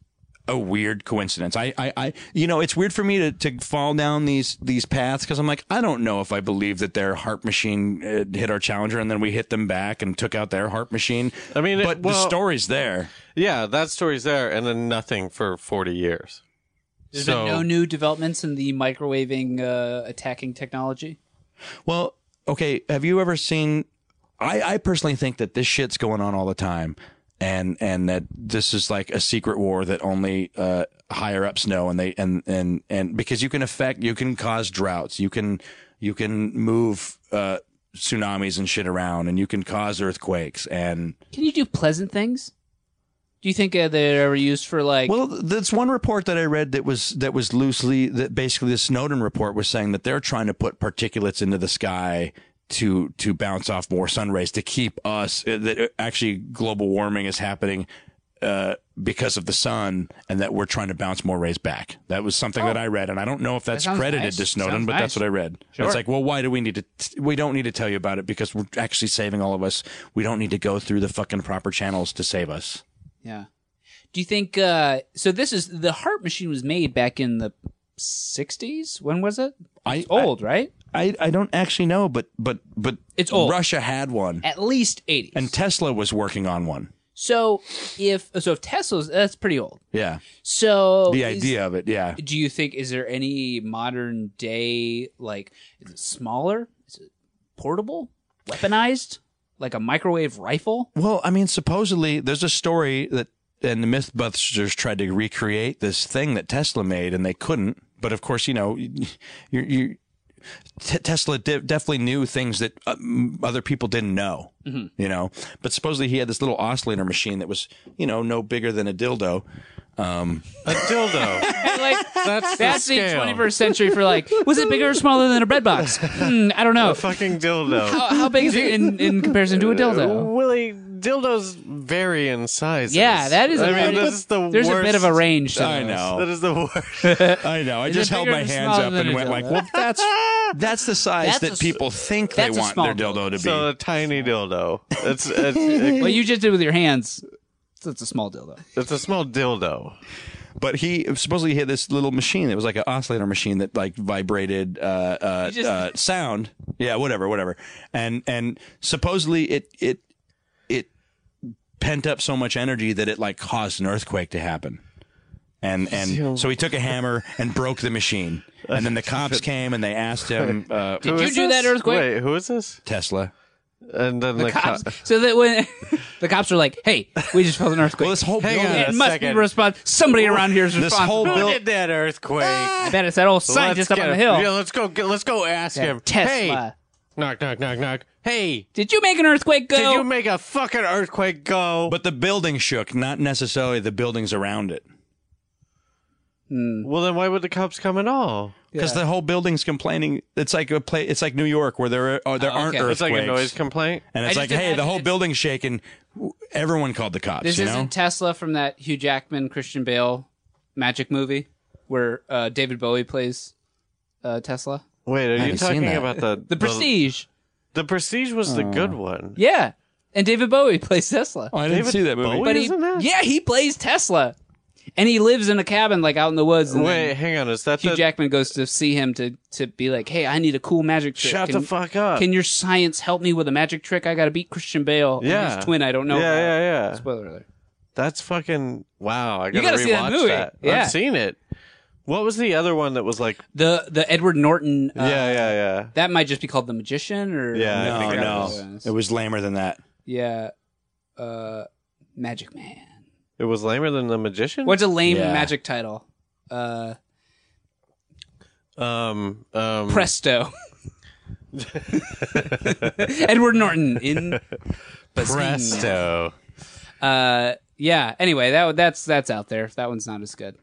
a weird coincidence. I I, I you know, it's weird for me to, to fall down these these paths cuz I'm like I don't know if I believe that their harp machine uh, hit our challenger and then we hit them back and took out their harp machine.
I mean, it-
but
well-
the story's there.
Yeah, that story's there, and then nothing for 40 years.
There's
So-
been no new developments in the microwaving uh, attacking technology.
Well, okay, have you ever seen I I personally think that this shit's going on all the time and and that this is like a secret war that only uh higher ups know and they and and and because you can affect you can cause droughts, you can you can move uh tsunamis and shit around and you can cause earthquakes and
Can you do pleasant things? Do you think uh, they're ever used for like
well that's one report that i read that was that was loosely that basically the snowden report was saying that they're trying to put particulates into the sky to to bounce off more sun rays to keep us uh, that uh, actually global warming is happening uh, because of the sun and that we're trying to bounce more rays back. That was something that I read, and I don't know if that's
Oh. sounds
credited
nice.
to Snowden,
Sounds
but that's
nice.
what I read. It's like, well, why do we need to? T- we don't need to tell you about it because we're actually saving all of us. We don't need to go through the fucking proper channels to save us.
Yeah. Do you think uh so this is the heart machine was made back in the 60s? When was it?
I-
It's old, right?
I, I don't actually know, but but but
It's old.
Russia had one,
At least 80s.
and Tesla was working on one.
so if so if Tesla's that's pretty old.
Yeah,
So
the
is-
idea of it. Yeah,
do you think is there any modern day like is it smaller? Is it portable? Weaponized? Like a microwave rifle?
Well, I mean, supposedly there's a story that, and the MythBusters tried to recreate this thing that Tesla made, and they couldn't. But of course, you know, you, you T- Tesla de- definitely knew things that uh, m- other people didn't know.
Mm-hmm.
You know, but supposedly he had this little oscillator machine that was, you know, no bigger than a dildo.
A dildo.
like
That's,
that's
the
the
scale.
21st century for like was it bigger or smaller than a bread box? Hmm, I don't know.
Fucking dildo.
how, how big is it in, in comparison to a dildo?
Willie, dildos vary in sizes.
Yeah, that is.
I
a-
mean, this is the
There's
worst.
a bit of a range. To
I
those.
know.
That is the worst.
I know. I
it
just held
bigger
my
or
hands
smaller
up
than
and
a
went
dildo?
like, "Well, that's that's the size
That's a
that
s-
people think they
that's a
want
small
their dildo to be."
So a tiny dildo. It's it's,
What you just did with your hands. so It's a small dildo.
it's a small dildo.
but he supposedly he had this little machine that was like an oscillator machine that like vibrated uh, uh,
just-
uh, sound. Yeah, whatever, whatever. And and supposedly it it it pent up so much energy that it like caused an earthquake to happen. And and so he took a hammer and broke the machine. And then the cops came and they asked him uh,
Did
you do that earthquake?
Wait, who is this?
Tesla.
And then the,
Cops,
cop-
so that when the cops are like, "Hey, we just felt an earthquake."
Well, this whole
Hang
building-
on.
it
a
must
second.
be response. Somebody around here is
This
responsible.
whole
Who
Bill-
did that earthquake?
I bet it's that old
Let's
scientist up
get
on the
him.
hill.
Ah! Yeah, let's go. Get, let's go ask
That
him. Hey,
Tesla.
knock, knock, knock, knock. Hey,
Did you make an earthquake go?
did you make a fucking earthquake go?
But the building shook, not necessarily the buildings around it.
well, then why would the cops come at all?
Because the whole building's complaining. It's like a play. It's like New York where there are, oh, there
Oh,
aren't
okay.
earthquakes.
It's like a noise complaint.
And
I
it's
just
like, hey,
imagine
the whole
it's-
building's shaking. Everyone called the cops,
this
you
isn't
know?
Tesla from that Hugh Jackman Christian Bale magic movie where uh, David Bowie plays uh, Tesla.
Wait, are you
haven't seen
talking
that.
about the
The Prestige. Oh.
The, Prestige was the good one.
yeah, and David Bowie plays Tesla.
Oh, I didn't see that movie.
Bowie?
but he,
isn't it?
yeah, he plays Tesla, and he lives in a cabin like out in the woods. And
Wait,
then
hang on. Is that
Hugh
the
Jackman goes to see him to to be like, "Hey, I need a cool magic trick.
shut
can,
the fuck up?
Can your science help me with a magic trick? I got to beat Christian Bale. and
Yeah.
his twin. I don't know.
yeah,
about."
yeah, yeah.
Spoiler alert.
That's fucking wow. I gotta,
gotta
rewatch
see that movie.
that.
Yeah.
I've seen it. What was the other one that was like?
The the Edward Norton. Uh,
yeah, yeah, yeah.
That might just be called the magician, or
Yeah, I
no,
think
forgot what
no.
it
It was
was.
lamer than that.
yeah, uh, Magic Man.
It was lamer than the magician.
What's a lame
Yeah.
magic title? Uh,
Um, um,
Presto. Edward Norton in
Presto.
Uh, yeah. Anyway, that that's that's out there. That one's not as good.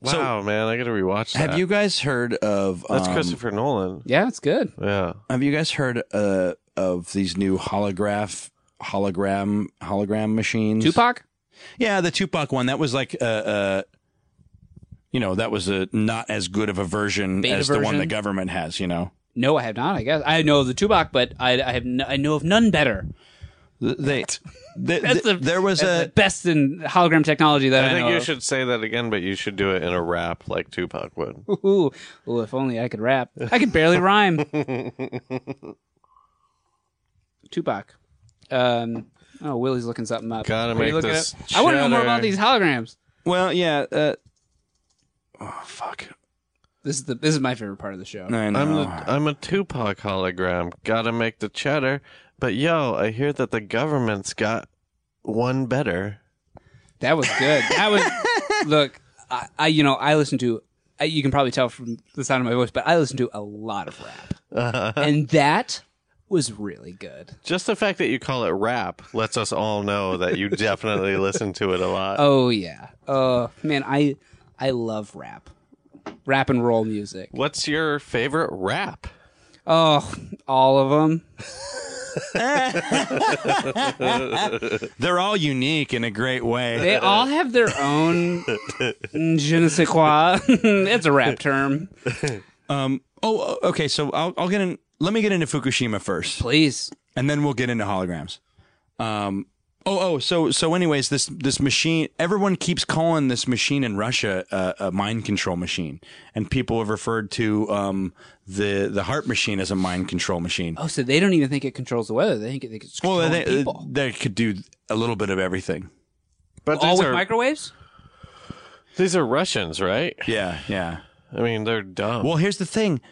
Wow, man, I gotta rewatch that.
Have you guys heard of.
That's
um,
Christopher Nolan.
Yeah, it's good.
Yeah.
Have you guys heard uh, of these new holograph, hologram, hologram machines?
Tupac.
Yeah, the Tupac one. That was like uh, uh you know, that was a not as good of a version
Beta
as the one
version?
the government has. You know,
No, I have not. I guess I know of the Tupac, but I, I have n- I know of none better.
Th- they, th-
That's
th-
the,
there was
that's
a
the best in hologram technology that I,
I think
know
you
of.
should say that again, but you should do it in a rap like Tupac would.
Ooh, ooh, if only I could rap. I could barely rhyme. Tupac. Um, oh, Willie's looking something up.
Gotta
Are you
make
looking
this
up? I want to know more
cheddar.
about these holograms.
well, yeah. Uh, oh fuck!
This is the this is my favorite part of the show.
I know.
I'm the, I'm a Tupac hologram. Gotta make the cheddar. But yo, I hear that the government's got one better.
That was good. That was look. I, I you know I listen to. I, you can probably tell from the sound of my voice, but I listen to a lot of rap,
Uh-huh.
and that was really good.
Just the fact that you call it rap lets us all know that you definitely listen to it a lot.
Oh yeah. Oh man, I I love rap, rap and roll music.
What's your favorite rap?
Oh, all of them.
They're all unique in a great way.
They all have their own je ne sais quoi. it's a rap term.
oh, oh, okay. So I'll, I'll get in. Let me get into Fukushima first,
Please.
and then we'll get into holograms. Um. Oh, oh. So, so. Anyways, this this machine. Everyone keeps calling this machine in Russia uh, a mind control machine, and people have referred to um the the heart machine as a mind control machine.
Oh, so they don't even think it controls the weather. They think it, think it's
well,
controlling
they, uh,
people.
they could do a little bit of everything.
But
all
these
with
are
microwaves?
these are Russians, right?
Yeah, yeah.
I mean, they're dumb.
Well, here's the thing. Uh,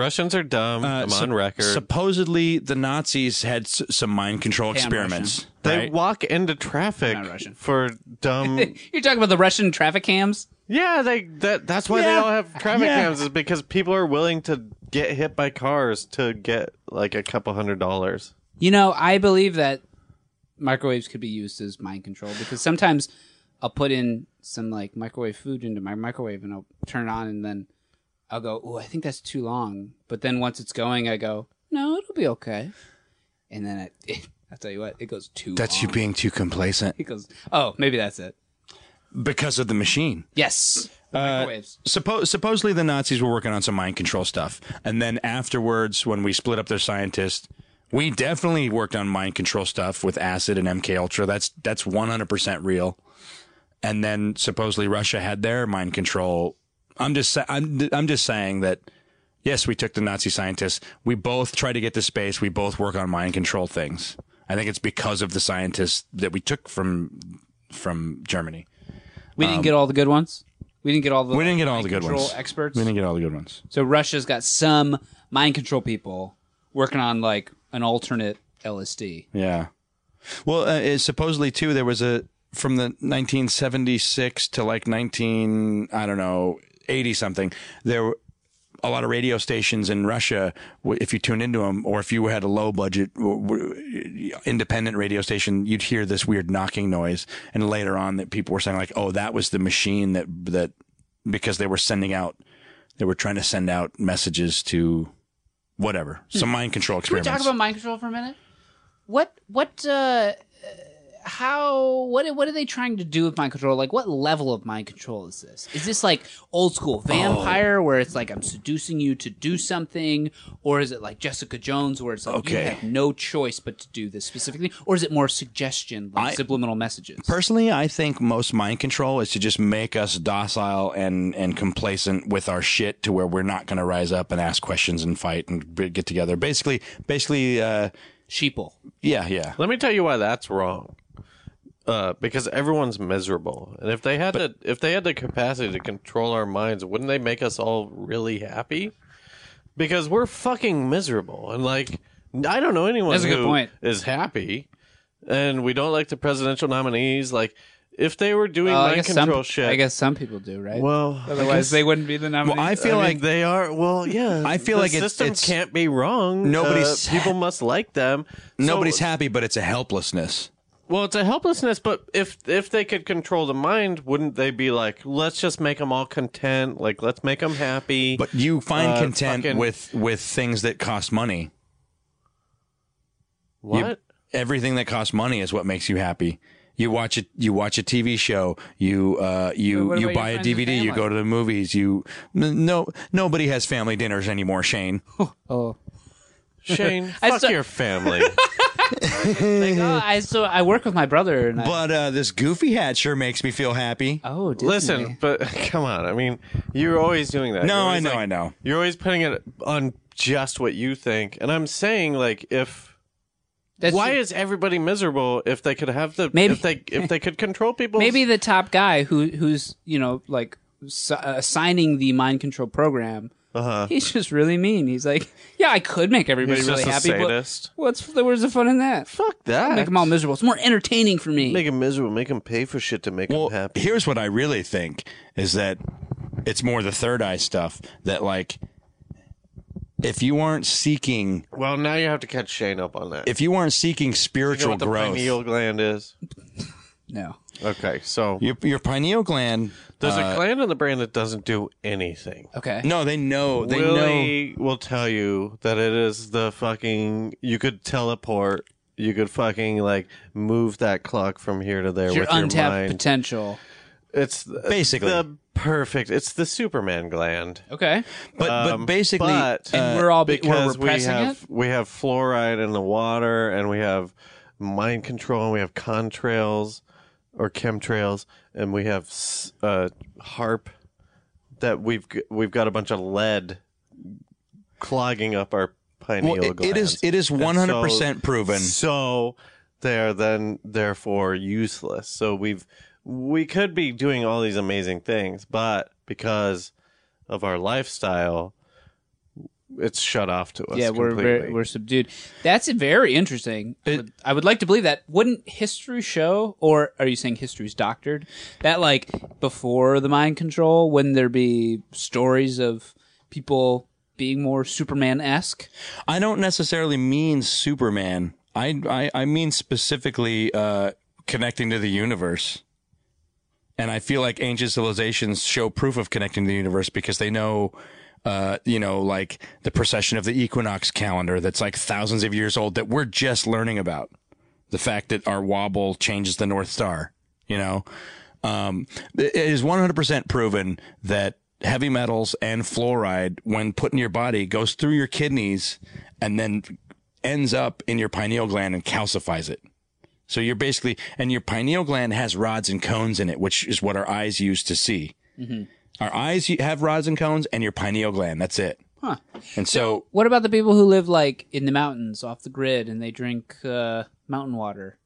Russians are dumb. I'm
sup-
on record.
Supposedly, the Nazis had s- some mind control experiments.
they
right?
walk into traffic
Not Russian.
for dumb.
You're talking about the Russian traffic cams?
yeah, they that that's why they
Yeah.
all have traffic
Yeah.
cams is because people are willing to get hit by cars to get like a couple hundred dollars.
You know, I believe that microwaves could be used as mind control because sometimes I'll put in some like microwave food into my microwave and I'll turn it on and then I'll go, oh, I think that's too long. But then once it's going, I go, no, it'll be okay. And then I, I tell you what, it goes too.
That's you
long.
being too complacent
It goes, oh, maybe that's it.
because of the machine.
Yes,
Uh,
microwaves.
Suppo- supposedly the Nazis were working on some mind control stuff, and then afterwards, when we split up their scientists, we definitely worked on mind control stuff with acid and MK Ultra. That's that's one hundred percent real. And then supposedly Russia had their mind control. I'm just sa- I'm I'm just saying that. Yes, we took the Nazi scientists. We both try to get to space. We both work on mind control things. I think it's because of the scientists that we took from from Germany.
We didn't get all the good ones. We didn't get all the
um, We didn't get all the good
control
ones.
experts.
We didn't get all the good ones.
So Russia's got some mind control people working on like an alternate LSD.
Yeah. Well, uh, it- supposedly too, there was a from the 1976 to like 19 I don't know 80 something. There were a lot of radio stations in Russia. w- If you tuned into them, or if you had a low budget w- w- independent radio station, you'd hear this weird knocking noise. And later on, that people were saying like, "Oh, that was the machine that that because they were sending out." They were trying to send out messages to whatever, some mind control
Hmm. Can we
experiments.
talk about mind control for a minute? What what uh how what what are they trying to do with mind control? Like what level of mind control is this? Is this like old school vampire where it's like I'm seducing you to do something or is it like Jessica Jones where it's like
Okay.
you have no choice but to do this specific thing or is it more suggestion like subliminal messages?
Personally, I think most mind control is to just make us docile and, and complacent with our shit to where we're not going to rise up and ask questions and fight and b- get together. Basically, basically, uh,
Sheeple.
yeah, yeah.
Let me tell you why that's wrong. Uh, because everyone's miserable, and if they had the if they had the capacity to control our minds, wouldn't they make us all really happy? Because we're fucking miserable, and like I don't know anyone
That's a good
who
point.
is happy, and we don't like the presidential nominees. Like if they were doing
Well, Uh, I
mind
guess
control
some
shit,
I guess some people do, right?
Well, I
otherwise
guess-
they wouldn't be the nominees.
Well, I feel
I mean,
like
they are. Well, yeah.
I feel
the
like it's-
system
it's-
can't be wrong.
Nobody's-
Uh, people must like them. So-
nobody's happy, but it's a helplessness.
Well, it's a helplessness, but if if they could control the mind, wouldn't they be like, let's just make them all content, like let's make them happy?
But you find
Uh,
content
fucking-
with with things that cost money. You-
what?
everything that costs money is what makes you happy. You watch a you watch a TV show. You uh you
What
you
about
buy
your
a
friends and
DVD. You
family?
go to the movies. You n- no nobody has family dinners anymore. Shane.
oh.
Shane,
I
fuck
saw-
your family.
Like, oh, I so I work with my brother and I,
But uh, this goofy hat sure makes me feel happy.
oh Disney.
Listen, but come on. I mean, you're always doing that. You're
No, I
always
know,
like-
I know.
You're always putting it on just what you think, and I'm saying like if.
That's
Why
true.
is everybody miserable if they could have the
Maybe-
if they if they could control people?
maybe the top guy who who's you know like s- uh, assigning the mind control program he's just really mean he's like yeah i could make everybody
Uh-huh. He's
really
just a
happy but
sadist.
what's the where's the fun in that
fuck that.
make them all miserable it's more entertaining for me
Make him miserable. Make him pay for shit to make
Well,
him happy.
here's what I really think is that it's more the third eye stuff that like if you aren't seeking
Well, now you have to catch Shane up on that.
if you aren't seeking
you know
spiritual
what the
growth
pineal gland is,
No.
Okay, so
Your your pineal gland.
there's
uh,
a gland in the brain that doesn't do anything.
Okay.
No, they know. They know.
Willie will tell you that it is the fucking. You could teleport. You could fucking like move that clock from here to there
Your
with your
untapped
mind.
potential.
It's th-
Basically.
the perfect. It's the Superman gland.
Okay.
But
Um,
but basically,
but- uh,
And we're all be- we're
because we
repressing
have
it.
we have fluoride in the water, and we have mind control, and we have contrails or chemtrails, and we have s- uh, harp that we've g- we've got a bunch of lead clogging up our pineal
well, it- it
glands.
is it is one hundred percent proven.
So they're then therefore useless. So we've we could be doing all these amazing things, but because of our lifestyle, it's shut off to us.
Yeah, we're
completely.
very, we're subdued. That's very interesting. I would like to believe that. Wouldn't history show, or are you saying history's doctored? That like before the mind control, wouldn't there be stories of people being more Superman esque?
I don't necessarily mean Superman. I I, I mean specifically uh, connecting to the universe. And I feel like ancient civilizations show proof of connecting to the universe because they know, uh, you know, like the precession of the equinox calendar that's like thousands of years old that we're just learning about. The fact that our wobble changes the North Star, you know, um, it is 100% proven that heavy metals and fluoride, when put in your body, goes through your kidneys and then ends up in your pineal gland and calcifies it. So you're basically, and your pineal gland has rods and cones in it, which is what our eyes use to see. Our eyes have rods and cones, and your pineal gland. That's it.
Huh.
And so,
What about the people who live like in the mountains, off the grid, and they drink uh, mountain water?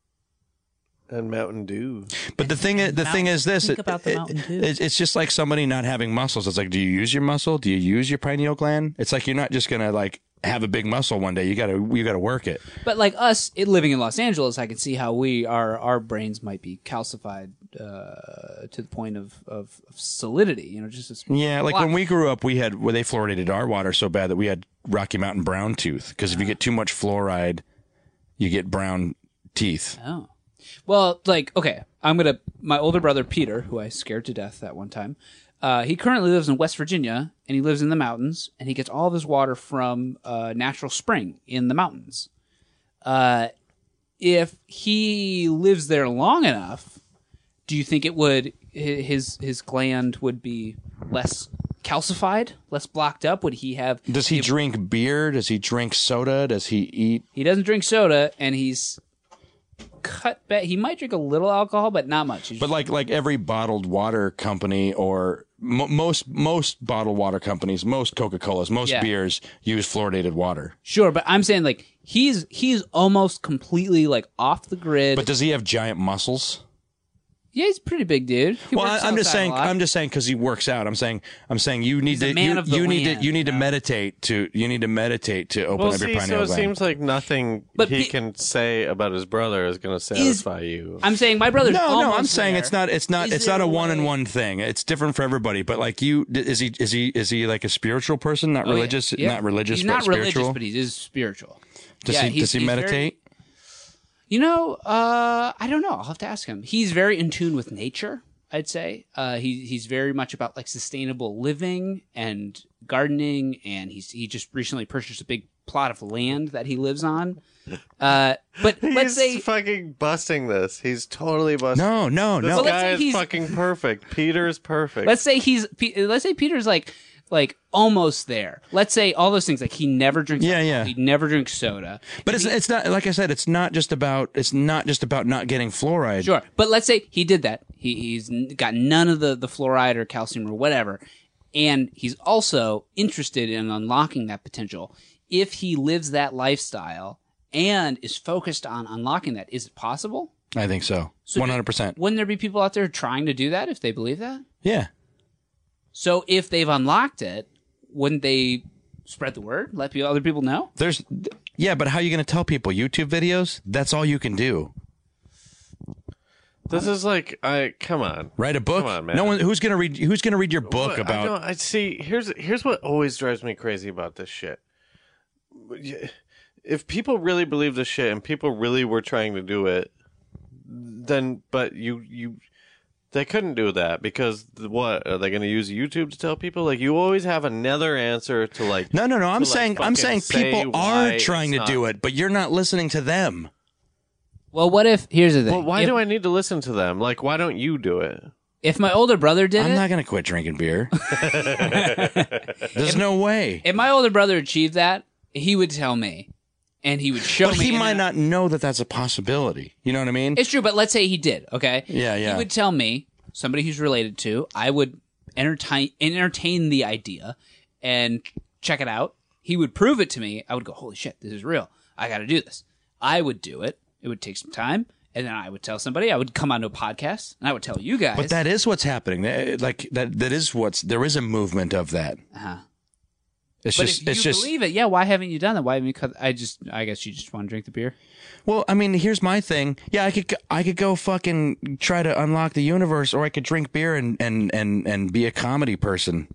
and Mountain Dew.
but the thing, the thing is this:
Think
it-
about the
it-
mountain dew.
it's- it's just like somebody not having muscles. It's like, do you use your muscle? Do you use your pineal gland? It's like you're not just gonna like have a big muscle one day. You gotta, you gotta work it.
But like us, it, living in Los Angeles, I can see how we our our brains might be calcified uh, to the point of, of, of solidity. You know, just as
Yeah, like when we grew up, we had well, they fluoridated our water so bad that we had Rocky Mountain brown tooth. Because if you get too much fluoride, you get brown teeth.
Oh. Well, like, okay, I'm gonna. My older brother Peter, who I scared to death that one time, uh, he currently lives in West Virginia, and he lives in the mountains, and he gets all of his water from a natural spring in the mountains. Uh, if he lives there long enough, do you think it would hi- his his gland would be less calcified, less blocked up? Would he have?
Does he drink beer? Does he drink soda? Does he eat?
He doesn't drink soda, and he's cut back. He might drink a little alcohol, but not much. He's
But like like every bottled water company or mo most most bottled water companies, most Coca Colas, most
Yeah.
beers use fluoridated water.
Sure, but I'm saying like he's he's almost completely like off the grid.
But does he have giant muscles?
yeah, he's a pretty big dude. He
Well,
works
I, am just
outside a
saying.
lot.
I'm just saying because he works out. I'm saying. I'm saying you need
a
to.
man
you
of the
you need
land,
to. You need
you
to
know?
meditate to. You need to meditate to open
Well,
up
see,
your
so
pineal
it
gland.
seems like nothing
But
he
pe-
can say about his brother is going to satisfy you.
I'm saying my brother's.
no, no, I'm
almost
saying
there.
it's not. It's not.
Is
it's not
there
a
a
one and
way-
one thing. It's different for everybody. But like you, d- is he? Is he? Is he like a spiritual person? Not
Oh, yeah,
religious.
yeah.
Not religious.
He's
but
not
spiritual.
religious, but he is spiritual.
does
yeah,
he?
he's-
Does he
he's very-
meditate?
You know, uh, I don't know. I'll have to ask him. He's very in tune with nature. I'd say uh, he he's very much about like sustainable living and gardening, and he's he just recently purchased a big plot of land that he lives on. Uh, but
He's
let's say
fucking busting this. He's totally busting.
No, no,
this
no.
let's
guy
say
is
he's-
fucking perfect. Peter's perfect.
Let's say he's. Pe- Let's say Peter's like like almost there. Let's say all those things like he never drinks.
Yeah,
alcohol,
yeah.
He never drinks soda.
But it's it's not like I said. It's not just about. It's not just about not getting fluoride.
Sure, but let's say he did that. He, he's n- got none of the the fluoride or calcium or whatever, and he's also interested in unlocking that potential. If he lives that lifestyle and is focused on unlocking that, is it possible?
I think so. One hundred percent.
Wouldn't there be people out there trying to do that if they believe that?
Yeah.
So if they've unlocked it, wouldn't they spread the word? Let pe- other people know?
There's. Yeah, but how are you going to tell people? YouTube videos. That's all you can do.
this is like I come on.
Write a book.
Come on, man.
No one. Who's going to read? Who's going to read your book
But I,
about?
don't- I see. Here's here's what always drives me crazy about this shit. If people really believe this shit and people really were trying to do it, then but you you they couldn't do that because th- what are they going to use YouTube to tell people? Like you always have another answer to like
No, no, no. I'm
like,
saying I'm
fucking
saying
say
people
why
are
it's
trying to
not-
do it, but you're not listening to them.
Well, what if here's the thing?
Well, why
if,
do I need to listen to them? Like why don't you do it?
if my older brother did
I'm
it,
not going to quit drinking beer. There's no way.
if my older brother achieved that, he would tell me, and he would show
But
me.
he
and
might not
then-
know that that's a possibility. You know what I mean?
It's true, but let's say he did. Okay.
Yeah, yeah.
He would tell me somebody he's related to. I would entertain entertain the idea and check it out. He would prove it to me. I would go, "Holy shit, this is real. I got to do this." I would do it. It would take some time, and then I would tell somebody. I would come onto a podcast and I would tell you guys.
But that is what's happening. Eh, Like that. That is what's there is a movement of that.
Uh-huh.
It's
But
just.
if
It's
you
just.
believe it, yeah. Why haven't you done that? Why haven't you cut? I just, I guess you just want to drink the beer.
Well, I mean, here's my thing. Yeah, I could. go- I could go fucking try to unlock the universe, or I could drink beer and and and and be a comedy person,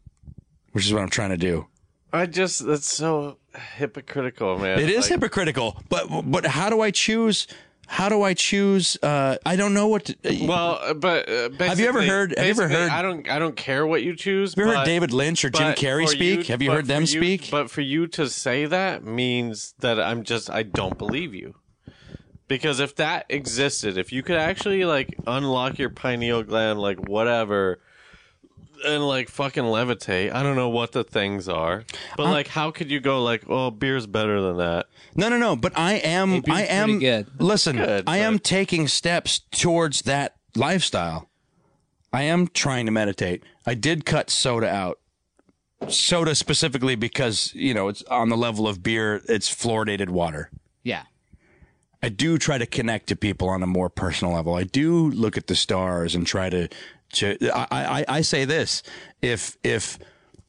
which is what I'm trying to do.
I just that's so hypocritical, man.
It is
Like,
hypocritical, but but how do I choose? How do I choose? Uh, I don't know what. To, have
well, uh, but uh, basically,
you ever heard- have you ever
basically,
heard-
I don't. I don't care what you choose.
you ever
but-
heard David Lynch or Jim
but
Carrey
for
speak?
you-
have you
but
heard them
for you-
speak?
But for you to say that means that I'm just I don't believe you. Because if that existed, if you could actually like unlock your pineal gland, like whatever, and like fucking levitate, I don't know what the things are, but like how could you go like, oh, beer's better than that?
No, no, no. But I am.
be
I am.
pretty good.
Listen,
Good,
I am
but-
taking steps towards that lifestyle. I am trying to meditate. I did cut soda out. Soda specifically because you know it's on the level of beer. It's fluoridated water.
Yeah.
I do try to connect to people on a more personal level. I do look at the stars and try to. to I, I, I say this: if if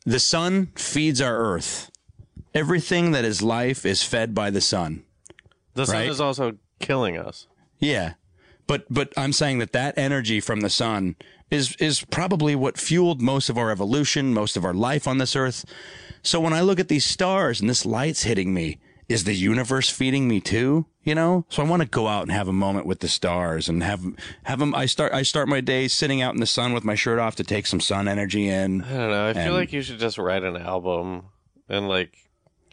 the sun feeds our earth, everything that is life is fed by the sun.
The sun
Right.
is also killing us.
Yeah, but but I'm saying that that energy from the sun is is probably what fueled most of our evolution, most of our life on this earth. So when I look at these stars and this light's hitting me, is the universe feeding me too? You know, so I want to go out and have a moment with the stars and have have them. I start I start my day sitting out in the sun with my shirt off to take some sun energy in.
I don't know. I
And-
feel like you should just write an album and like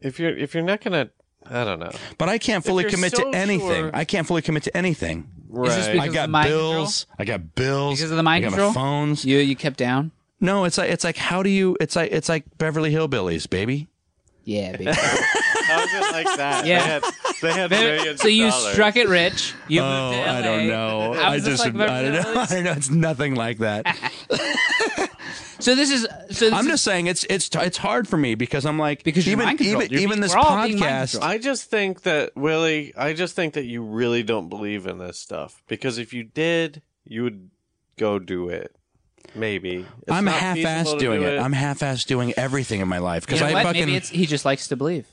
if you're if you're not gonna I don't know.
But I can't fully
you're
commit
so
to anything.
sure-
I can't fully commit to anything.
Right.
this because
I
of
got
the mind
bills. I got bills
Because of the mind
I got
control?
my phones.
You you kept down.
No, it's like it's like how do you? It's like it's like Beverly Hillbillies, baby.
Yeah. Baby.
How's it like that?
Yeah.
They had, they had millions
so
of
you
dollars.
struck it rich. You moved to LA.
Oh, I don't know.
How
I
is this
just
like Beverly
I, don't know.
Hills?
I don't know. It's nothing like that.
So this is so. This
I'm
is,
just saying it's it's it's hard for me because I'm like
Because you're
even
mind controlled.
even
You're
even
being-
this
we're all being mind
podcast.
controlled.
I just think that Willie, I just think that you really don't believe in this stuff because if you did, you would go do it. Maybe It's
I'm
not
half-ass
feasible to
doing
do
it. I'm half-ass doing everything in my life
You
because
know
I
what?
fucking.
Maybe it's he just likes to believe.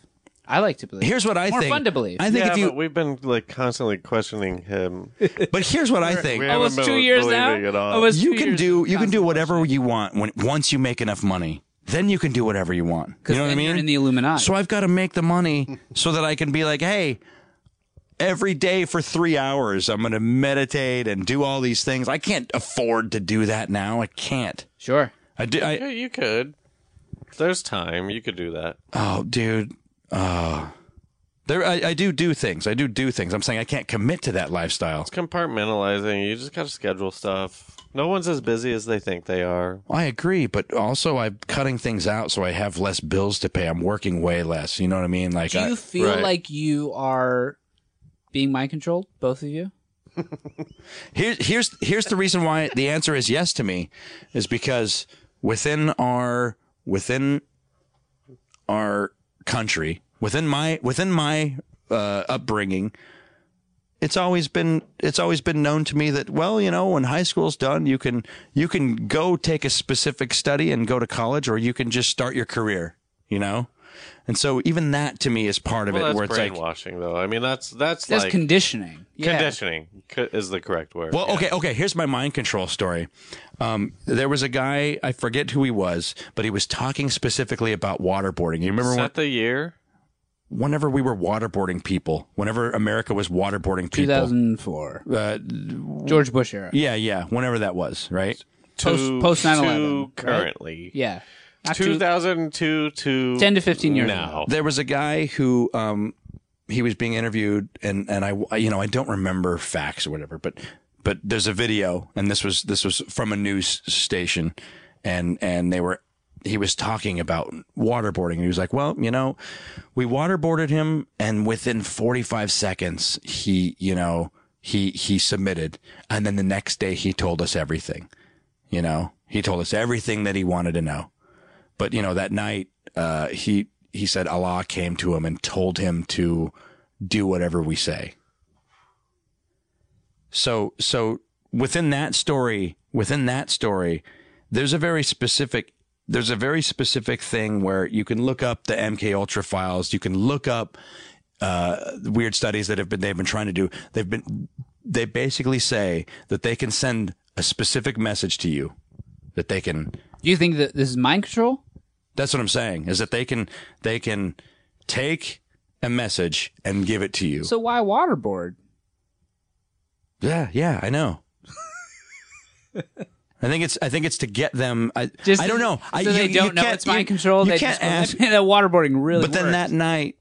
I like to believe.
here's what I
More
think.
fun to believe.
I think
yeah,
if you,
but we've been like constantly questioning him.
but, here's what I think.
We
Almost
haven't
two
been
years now.
believing At all.
Almost
You
two
can
years
do
of
you can do
constant
whatever you want when once you make enough money. Then you can do whatever you want. You
'Cause
know what I
then
mean?
you're in the Illuminati.
So I've got to make the money so that I can be like, hey, every day for three hours, I'm going to meditate and do all these things. I can't afford to do that now. I can't.
sure.
I do.
Yeah,
I,
you could. There's time. You could do that.
Mm-hmm.
oh, dude. Oh. There, I, I do do things. I do do things. I'm saying I can't commit to that lifestyle.
Compartmentalizing. You just got to schedule stuff. No one's as busy as they think they are.
I agree, but also I'm cutting things out so I have less bills to pay. I'm working way less. You know what I mean? Like,
Do
I,
you feel
right.
like you are being mind controlled, both of you?
Here's here's here's the reason why the answer is yes to me, is because within our within our country, within my within my uh, upbringing, it's always been it's always been known to me that well, you know, when high school's done, you can you can go take a specific study and go to college, or you can just start your career, you know. And so even that to me is part of
Well,
it, where
that's
it's like
brainwashing, though. I mean, that's that's,
That's
like
conditioning. Yeah.
conditioning co- is the correct word.
Well, okay, okay. Here's my mind control story. Um, there was a guy I forget who he was, but he was talking specifically about waterboarding. You remember
Is
when
that the year?
whenever we were waterboarding people, whenever America was waterboarding people.
2004.
Uh,
George Bush era.
yeah, yeah, whenever that was, right?
Post-
To-
post
to
9/11,
currently.
Yeah. Not too-
2002 to
10 to 15 years
now.
There was a guy who um, he was being interviewed, and and I you know I don't remember facts or whatever, but but there's a video, and this was this was from a news station, and and they were he was talking about waterboarding, and he was like, well, you know, we waterboarded him, and within 45 seconds, he you know he he submitted, and then the next day he told us everything, you know, he told us everything that he wanted to know but you know that night uh, he he said Allah came to him and told him to do whatever we say. So so within that story, within that story, there's a very specific there's a very specific thing where you can look up the MK Ultra files, you can look up uh, weird studies that have been they've been trying to do. They've been they basically say that they can send a specific message to you that they can
Do you think that this is mind control?
that's what I'm saying is that they can they can take a message and give it to you.
So why waterboard?
yeah, yeah, I know. I think it's I think it's to get them. I, I don't know. I,
so
you-
they
you
don't know
can't-
it's mind
you-
control.
You
they
can't
just,
ask.
that waterboarding really.
But then
works.
that night,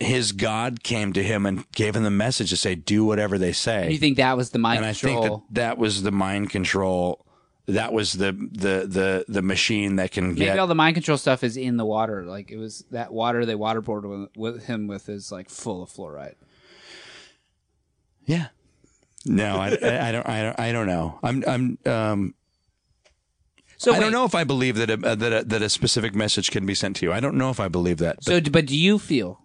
his God came to him and gave him the message to say, "Do whatever they say."
you think that was the mind
and I
control?
think that that was the mind control. That was the the the the machine that can
Maybe
get.
all the mind control stuff is in the water. Like it was that water they waterboarded with, with him with is like full of fluoride.
Yeah. No, I, I, I don't. I don't. I don't know. I'm. I'm. Um,
So
I
wait,
don't know if I believe that a, uh, that a, that a specific message can be sent to you. I don't know if I believe that.
So, d- but do you feel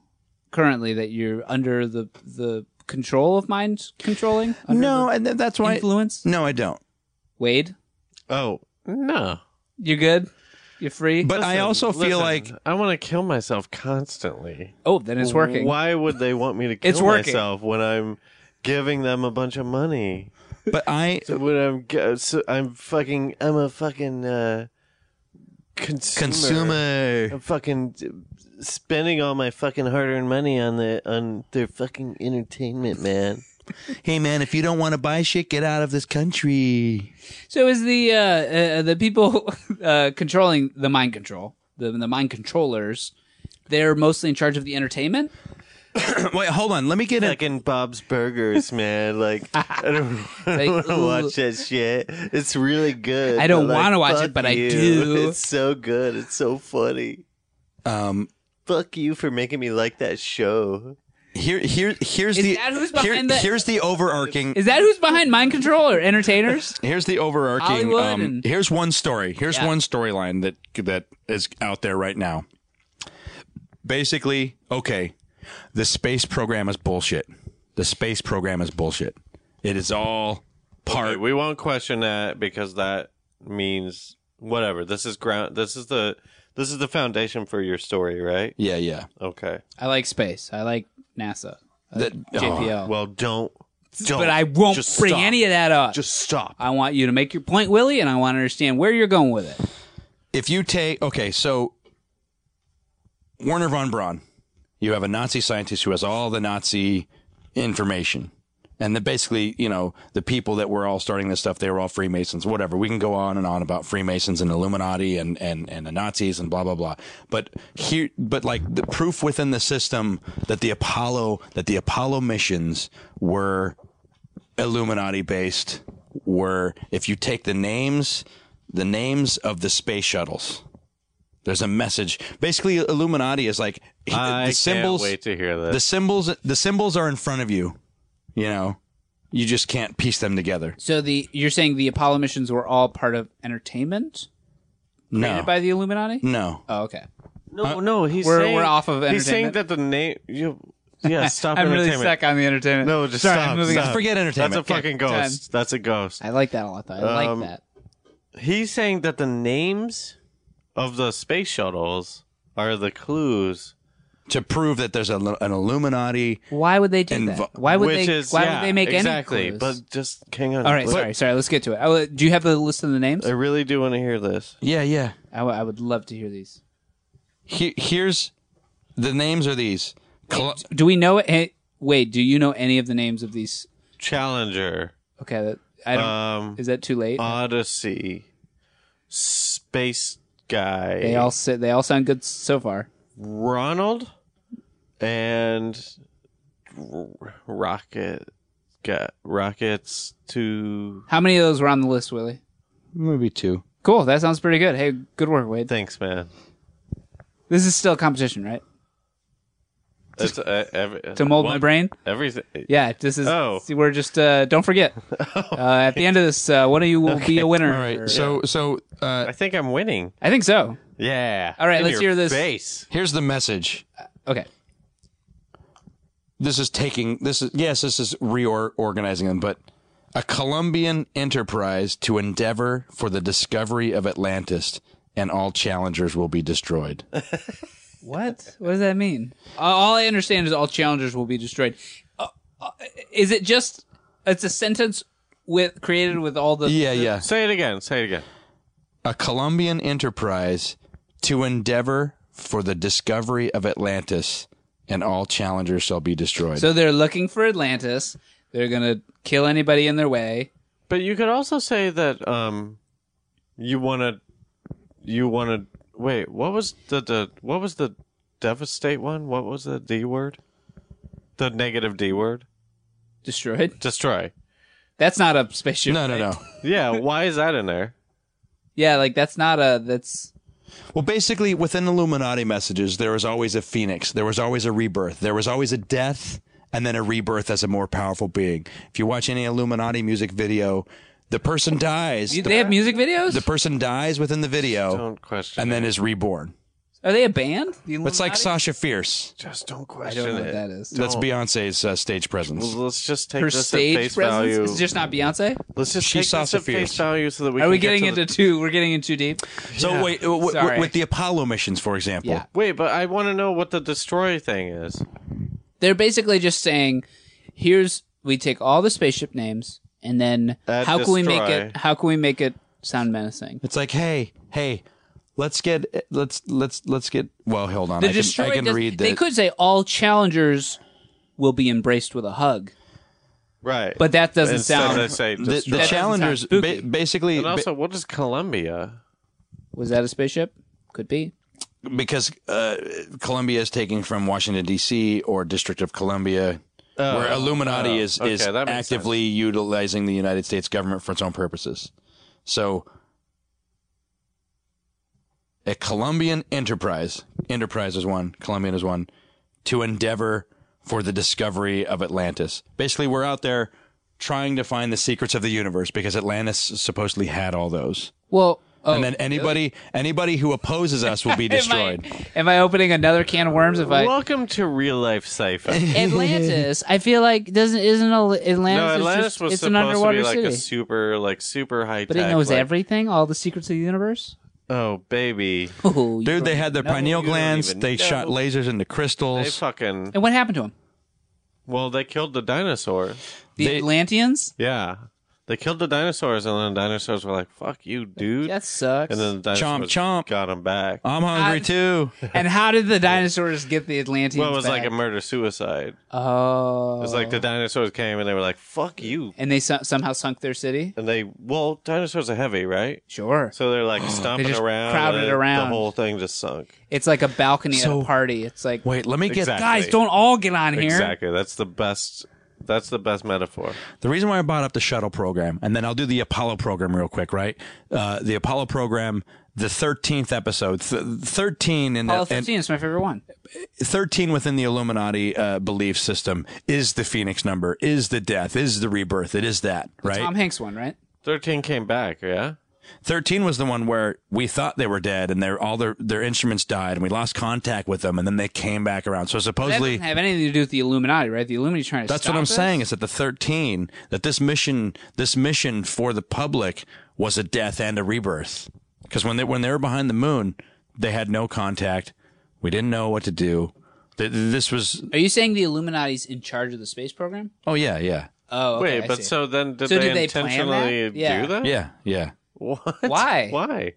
currently that you're under the the control of mind controlling?
But-
Under
no,
the
and th- that's why.
influence.
no, I don't.
Wade,
Oh, no.
you're good. You're free.
But I
Listen,
also
listen,
feel like
I want to kill myself constantly.
oh, then it's working.
Why would they want me to kill
It's working.
myself when I'm giving them a bunch of money?
but I
So when I'm g- so I'm fucking I'm a fucking uh, consumer.
consumer.
I'm fucking uh, spending all my fucking hard-earned money on the on their fucking entertainment, man.
Hey man, if you don't want to buy shit, get out of this country.
So is the uh, uh, the people uh, controlling the mind control the the mind controllers? They're mostly in charge of the entertainment.
Wait, hold on. Let me get in.
fucking Bob's Burgers, man. Like I don't, I
Like,
don't want
ooh.
to watch that shit. It's really good.
I don't
but, like,
wanna watch it,
fuck
but I
you.
do.
It's so good. It's so funny.
Um,
Fuck you for making me like that show.
here, here, here's
Is
the,
that who's
here-
behind the-
here's the overarching.
Is that who's behind mind control or entertainers?
Here's the overarching.
Hollywood
Um,
and-
Here's one story. Here's
Yeah.
one storyline that that is out there right now. Basically, okay, the space program is bullshit. The space program is bullshit. It is all part.
we won't question that because that means whatever. This is ground. This is the this is the foundation for your story, right?
yeah, yeah.
Okay.
I like space. I like NASA.
That, oh,
JPL.
Well, don't. don't.
but I won't
Oh, Just
bring
stop.
any of that up.
just stop.
I want you to make your point, Willie, and I want to understand where you're going with it.
if you take okay, so Werner von Braun, you have a Nazi scientist who has all the Nazi information, and the basically, you know, the people that were all starting this stuff, they were all Freemasons, whatever. We can go on and on about Freemasons and Illuminati and and and the Nazis and blah blah blah. But here, but like the proof within the system that the Apollo that the Apollo missions were Illuminati based were if you take the names the names of the space shuttles. There's a message. Basically Illuminati is like he-
I
the symbols
can't wait to hear
the
this.
symbols the symbols are in front of you. You know. You just can't piece them together.
So the you're saying the Apollo missions were all part of entertainment
No.
created by the Illuminati?
no.
Oh, okay.
No, no. He's
We're-
saying,
we're off of
He's saying
entertainment.
that the name. You, yeah, stop.
I'm really
entertainment.
stuck on the entertainment.
No, just
Sorry,
stop.
I'm moving on.
stop.
Forget
That's a
entertainment.
fucking
Okay,
ghost. That's a ghost.
I like that a lot. Though. I
Um,
like that.
He's saying that the names of the space shuttles are the clues.
To prove that there's a, an Illuminati
Why would they do
invo-
that? Why would
which
they?
is
why
yeah,
would they make
exactly?
any clues?
But just hang on.
all right,
But
sorry, sorry. Let's get to it. I will- do you have the list of the names?
I really do want to hear this.
Yeah, yeah.
I, w- I would love to hear these.
He, here's the names are these. Cl-
Do we know? eh, Wait, do you know any of the names of these?
Challenger,
Okay, that, I don't.
Uh,
um,
is that too late?
Odyssey, Space Guy,
they all sit. They all sound good so far.
Ronald, and R- Rocket. Got rockets to
How many of those were on the list, Willie?
maybe two.
Cool. That sounds pretty good. Hey, good work, Wade.
thanks, man.
This is still a competition, right?
It's, uh, every,
To mold my
one-
brain.
Everything.
Yeah, this is.
Oh.
see, we're just. Uh, don't forget. Uh, at the end of this, uh, one of you will be a winner.
All right. So so uh,
I think I'm winning.
I think so.
Yeah.
All right,
In
let's
your
hear this.
Face.
here's the message.
Okay.
This is taking this is yes, this is reorganizing them, but a Colombian enterprise to endeavor for the discovery of Atlantis and all challengers will be destroyed.
What? What does that mean? Uh, all I understand is all challengers will be destroyed. Uh, uh, is it just? It's a sentence with created with all the.
yeah, yeah.
Say it again. Say it again.
a Colombian enterprise to endeavor for the discovery of Atlantis, and all challengers shall be destroyed.
So they're looking for Atlantis. They're gonna kill anybody in their way.
But you could also say that um, you want to, you want to. Wait, what was the, the what was the devastate one? What was the D word? The negative D word.
Destroyed.
Destroy.
That's not a spaceship.
no, no, no.
Yeah. why is that in there?
Yeah, like that's not a. That's
Well, basically, within Illuminati messages, there was always a phoenix, there was always a rebirth, there was always a death, and then a rebirth as a more powerful being. If you watch any Illuminati music video, the person dies.
Do
the,
they have music videos?
the person dies within the video,
Don't question.
and
it.
then is reborn.
Are they a band? The
It's like
Illuminati?
Sasha Fierce.
just don't
I
question
don't know
it.
what that is.
That's Beyonce's uh, stage presence.
Let's just take
Her
this at
stage
face
presence
value.
is just not Beyonce.
Let's just
She
take
saw
this at
Sophia's.
face value so that we
Are
can
we
get
getting
to the-
into two? We're getting in too deep.
So wait, w-
Sorry.
w- with the Apollo missions, for example,
Yeah.
Wait, but I want to know what the destroy thing is.
They're basically just saying, "Here's we take all the spaceship names, and then
Uh,
how can we make
destroy.
it? How can we make it sound menacing?"
It's like, hey, hey, let's get let's let's let's get. Well, hold on,
The
I can,
destroy.
I can
does-
read
They
that.
could say all challengers will be embraced with a hug,
Right.
but that doesn't
Instead
sound.
they say
the,
destroy.
the
doesn't
challengers
sound spooky.
ba- basically
and
ba-
also, what is Columbia?
was that a spaceship? Could be.
because uh, Columbia is taking from Washington D.C. or District of Columbia, where Illuminati
oh,
is is
okay, that makes
actively utilizing the United States government for its own purposes. So, a Colombian enterprise, enterprise is one, Colombian is one, to endeavor for the discovery of Atlantis. Basically, we're out there trying to find the secrets of the universe because Atlantis supposedly had all those.
Well, oh,
and then anybody anybody who opposes us will be destroyed.
Am I, am I opening another can of worms? If I
Welcome to real life cipher.
Atlantis, I feel like doesn't isn't Al- Atlantis?
no,
is
Atlantis
just,
was
it's an
supposed to
underwater
be like
city.
a super, like super high tech.
But it knows
like,
everything, all the secrets of the universe.
Oh baby,
Oh, you
Dude, they
don't-
had their
No,
pineal
you don't
glands.
even
They
know.
shot lasers into
they
crystals.
fucking.
And what happened to him?
Well, they killed the dinosaurs.
The
They-
Atlanteans?
Yeah, they killed the dinosaurs, and then the dinosaurs were like, "Fuck you, dude."
That sucks.
And
And,
then the dinosaurs
Chomp, chomp.
got them back.
I'm hungry too.
how did the dinosaurs get the Atlanteans?
well, it was like a
back?
murder suicide.
oh,
It was like the dinosaurs came and they were like, "Fuck you,"
and they so- somehow sunk their city.
and they well, dinosaurs are heavy, right?
Sure,
So they're like stomping
just
around,
crowded
and
around.
The whole thing just sunk.
it's like a balcony at
So-
a party. It's like,
Wait, let me get
Exactly.
guys, don't all get on here.
Exactly. That's the best. That's the best metaphor.
the reason why I brought up the shuttle program, and then I'll do the Apollo program real quick. Right, uh, the Apollo program, the thirteenth episode, th- thirteen in
Apollo
the, and
15 is my favorite one.
13 within the Illuminati uh, belief system is the Phoenix number, is the death, is the rebirth. It is that, right?
Tom Hanks one, right?
Thirteen came back. Yeah.
13 was the one where we thought they were dead and their all their their instruments died and we lost contact with them and then they came back around. So
That
supposedly
doesn't have anything to do with the Illuminati, right? The Illuminati's trying to.
that's
stop
what I'm
us?
saying is that the 13 that this mission this mission for the public was a death and a rebirth. Cuz when they when they were behind the moon, they had no contact. We didn't know what to do. Th- This was
Are you saying the Illuminati's in charge of the space program?
oh yeah, yeah.
Oh, okay,
Wait,
I
but
see.
so then did
So
they
did they plan
intentionally
that? Yeah.
do that?
Yeah, yeah.
What?
Why?
Why?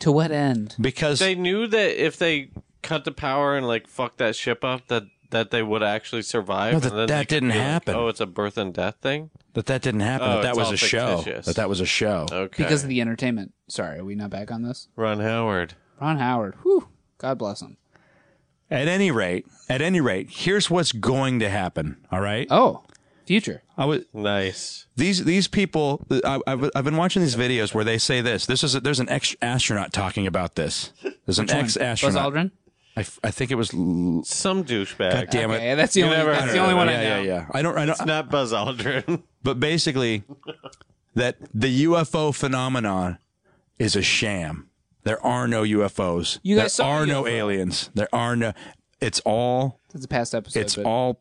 to what end?
Because
They knew that if they cut the power and like fucked that ship up, that that they would actually survive.
No, that-
and then
that
they could
didn't
be like,
happen.
oh, it's a birth and death thing.
That that didn't happen.
Oh,
that that
it's
was
all
a show.
fictitious. Oh.
That that was a show.
Okay,
because of the entertainment. Sorry, are we not back on this?
Ron Howard.
Ron Howard. Whew. God bless him.
At any rate, at any rate, here's what's going to happen. All right.
Oh, future.
I was
Nice.
these these people. I, I've I've been watching these videos where they say this. This is a, there's an ex astronaut talking about this. There's an ex
Buzz
astronaut.
Aldrin.
I, f- I think it was. l-
Some douchebag.
God damn it.
Okay, that's the
You
only.
never
That's
heard
the
of
only
it.
one
yeah,
I
yeah,
know.
yeah. I don't. I don't.
Not Buzz Aldrin.
but basically, that the UFO phenomenon is a sham. There are no UFOs.
You guys
there
saw
are
the
no
UFO.
aliens. There are no. It's all
That's a past episode.
it's
but-
all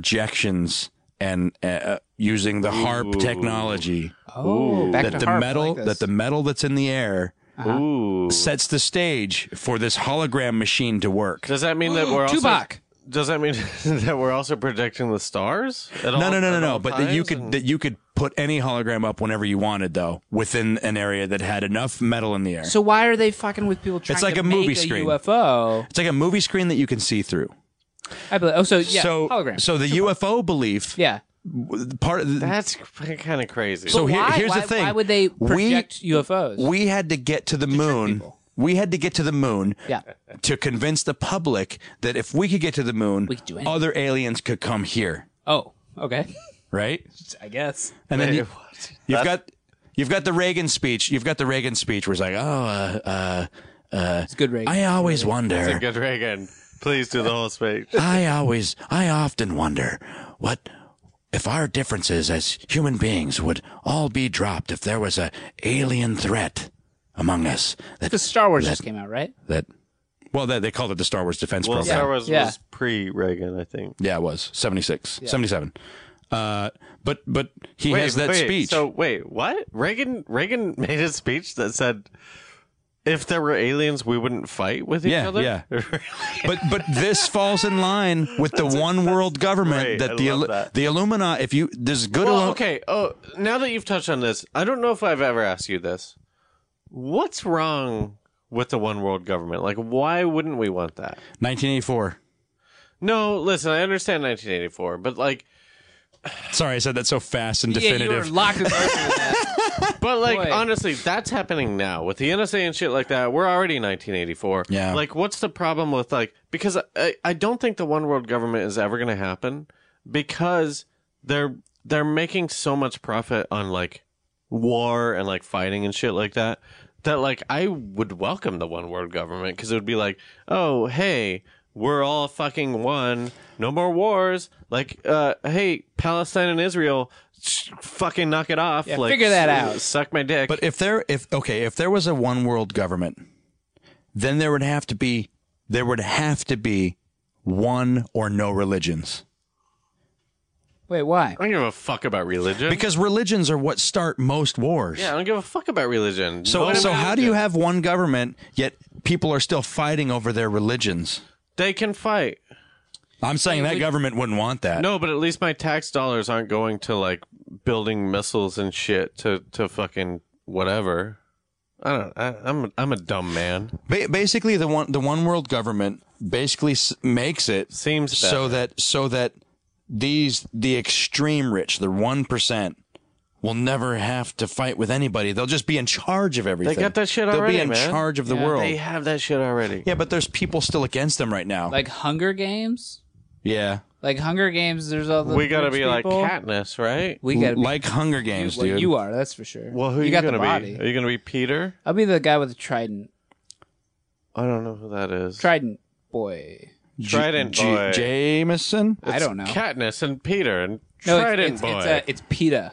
projections and uh, using the harp technology
Oh, back
that
to
the
harp, I
metal
like
that
this.
the metal that's in the air
Uh-huh.
Ooh.
sets the stage for this hologram machine to work.
Does that mean that we're also
Tupac.
Does that mean that we're also predicting the stars? At all,
No, no, no, no,
at
no.
all
But that you
times?
could
And-
that you could put any hologram up whenever you wanted, though, within an area that had enough metal in the air.
So why are they fucking with people trying
like
to
a movie
make
screen.
a UFO?
it's like a movie screen that you can see through.
I believe. Oh, so yeah,
so
hologram.
so the UFO belief
yeah.
part of the,
That's kind of crazy.
So
But
here-
why?
here's the
Why-
thing.
Why would they
We-
project UFOs?
we had to get to the moon.
people.
We had to get to the moon
Yeah.
to convince the public that if we could get to the moon,
could do anything.
other aliens could come here,
oh, okay.
right?
I guess.
And then
Wait,
you,
what?
you've got you've got the Reagan speech. You've got the Reagan speech where it's like, oh, uh, uh,
It's good rate.
I always wonder.
Good Reagan. Please do the whole speech.
I always, I often wonder what if our differences as human beings would all be dropped if there was a alien threat among us that
Because Star Wars
that-
just came out, right?
that well they, they called it the star wars defense
Well,
program
Star Wars
Yeah.
was pre-Reagan, I think.
yeah it was 76 77 uh but but he has that
wait,
speech
So wait, what? Reagan Reagan made a speech that said if there were aliens, we wouldn't fight with each
Yeah,
other.
yeah. but but this falls in line with the one world government
great. I
that the
love
Illu-
that.
the Illumina if you there's good
well,
Illu-
okay. Oh, now that you've touched on this, I don't know if I've ever asked you this. What's wrong with the one world government? Like, why wouldn't we want that?
1984
No, listen, I understand 1984, but like,
sorry I said that so fast and
Yeah, you were
definitive
locked in that.
But like
Boy.
honestly, that's happening now with the NSA and shit like that. We're already 1984.
Yeah.
Like, what's the problem with like? Because I, I don't think the one world government is ever going to happen because they're they're making so much profit on like war and like fighting and shit like that. That like I would welcome the one world government because it would be like, oh hey, we're all fucking one. No more wars. Like, uh, hey, Palestine and Israel. sh- Fucking knock it off.
Yeah,
like,
figure that
s-
out.
suck my dick.
but if there if okay if there was a one world government then there would have to be there would have to be one or no religions
Wait, why?
I don't give a fuck about religion.
because religions are what start most wars
yeah, I don't give a fuck about religion.
So,
No
so
religion.
how do you have one government yet people are still fighting over their religions?
They can fight.
I'm saying that government wouldn't want that.
No, but at least my tax dollars aren't going to like building missiles and shit to to fucking whatever. I don't. I, I'm a, I'm a dumb man.
Ba- basically, the one the one world government basically s- makes it
Seems
so that so that these the extreme rich, the one percent, will never have to fight with anybody. They'll just be in charge of everything.
got that shit
They'll
already,
be in
man.
charge of the
Yeah.
world.
they have that shit already.
yeah, but there's people still against them right now.
Like Hunger Games?
yeah,
Like Hunger Games, there's all the.
we gotta
rich
be like
people.
Katniss, right?
We gotta be
like Hunger Games,
well,
dude.
you are. That's for sure.
Well, who are you,
got
gonna
the body.
be? Are you gonna be Peter?
I'll be the guy with the trident.
I don't know who that is.
Trident boy.
Trident boy.
Jameson.
I don't know.
Katniss and Peter and
no, it's-
Trident
it's,
boy.
It's, uh, it's Peta.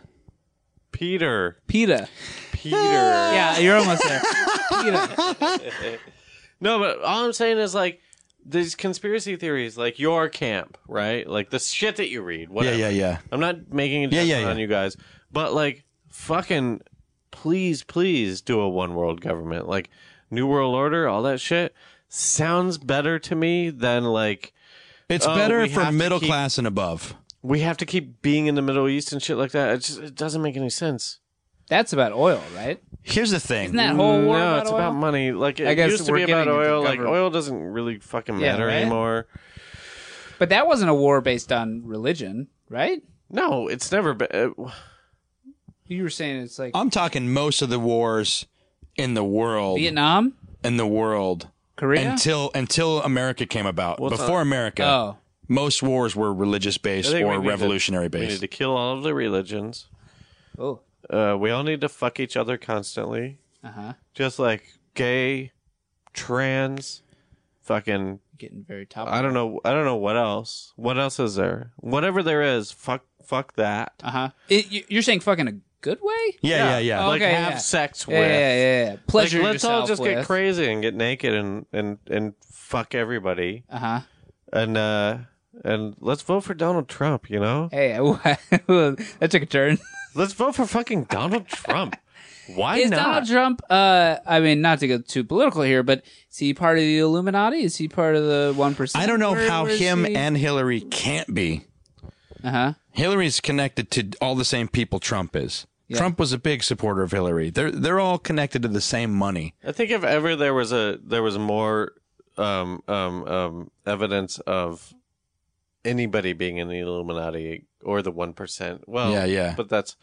Peter.
Peta.
Peter.
Yeah, you're almost there. Peta.
No, but all I'm saying is like these conspiracy theories, like your camp, right? Like the shit that you read. Whatever.
yeah, yeah.
I'm not making a
Yeah,
judgment
yeah, yeah.
on you guys, but like fucking, please, please do a one world government, like New World Order, all that shit. Sounds better to me than like
It's
Oh,
better
we
for
have to
middle
keep-
class and above.
we have to keep being in the Middle East and shit like that. It just it doesn't make any sense.
That's about oil, right?
Here's the thing.
Isn't that whole war
no,
about
it's
oil?
about money. Like it
I guess
used to
we're
be about
getting into
oil. Like
government-
oil doesn't really fucking
Yeah,
matter
right?
anymore.
But that wasn't a war based on religion, right?
No, it's never been. uh,
You were saying it's like
I'm talking most of the wars in the world
Vietnam,
in the world
Korea.
until until America came about. Before America,
oh,
most wars were religious
I
based
think we
or
need to-
revolutionary
We need
based.
to kill all of the religions.
oh,
Uh, we all need to fuck each other constantly.
uh huh.
Just like gay, trans, fucking.
Getting very top.
I don't know. I don't know what else. What else is there? Whatever there is, fuck, fuck that.
Uh huh. You're saying fucking a good way?
yeah, yeah, yeah.
Oh,
Like
Okay,
have
yeah.
sex with.
Yeah, yeah, yeah. yeah.
Like,
Pleasure
let's all
yourself
just
with.
get crazy and get naked and and and fuck everybody
Uh huh.
and uh and let's vote for Donald Trump. You know,
Hey, that took a turn.
let's vote for fucking Donald Trump. Why
Is
not?
Donald Trump? Uh, I mean, not to get too political here, but is he part of the Illuminati? Is he part of the one percent?
I don't know how him and Hillary can't be.
uh huh.
Hillary's connected to all the same people Trump is. Trump was a big supporter of Hillary. They're they're all connected to the same money.
I think if ever there was a there was more um, um, um, evidence of anybody being in the Illuminati or the one percent, well,
Yeah, yeah.
but that's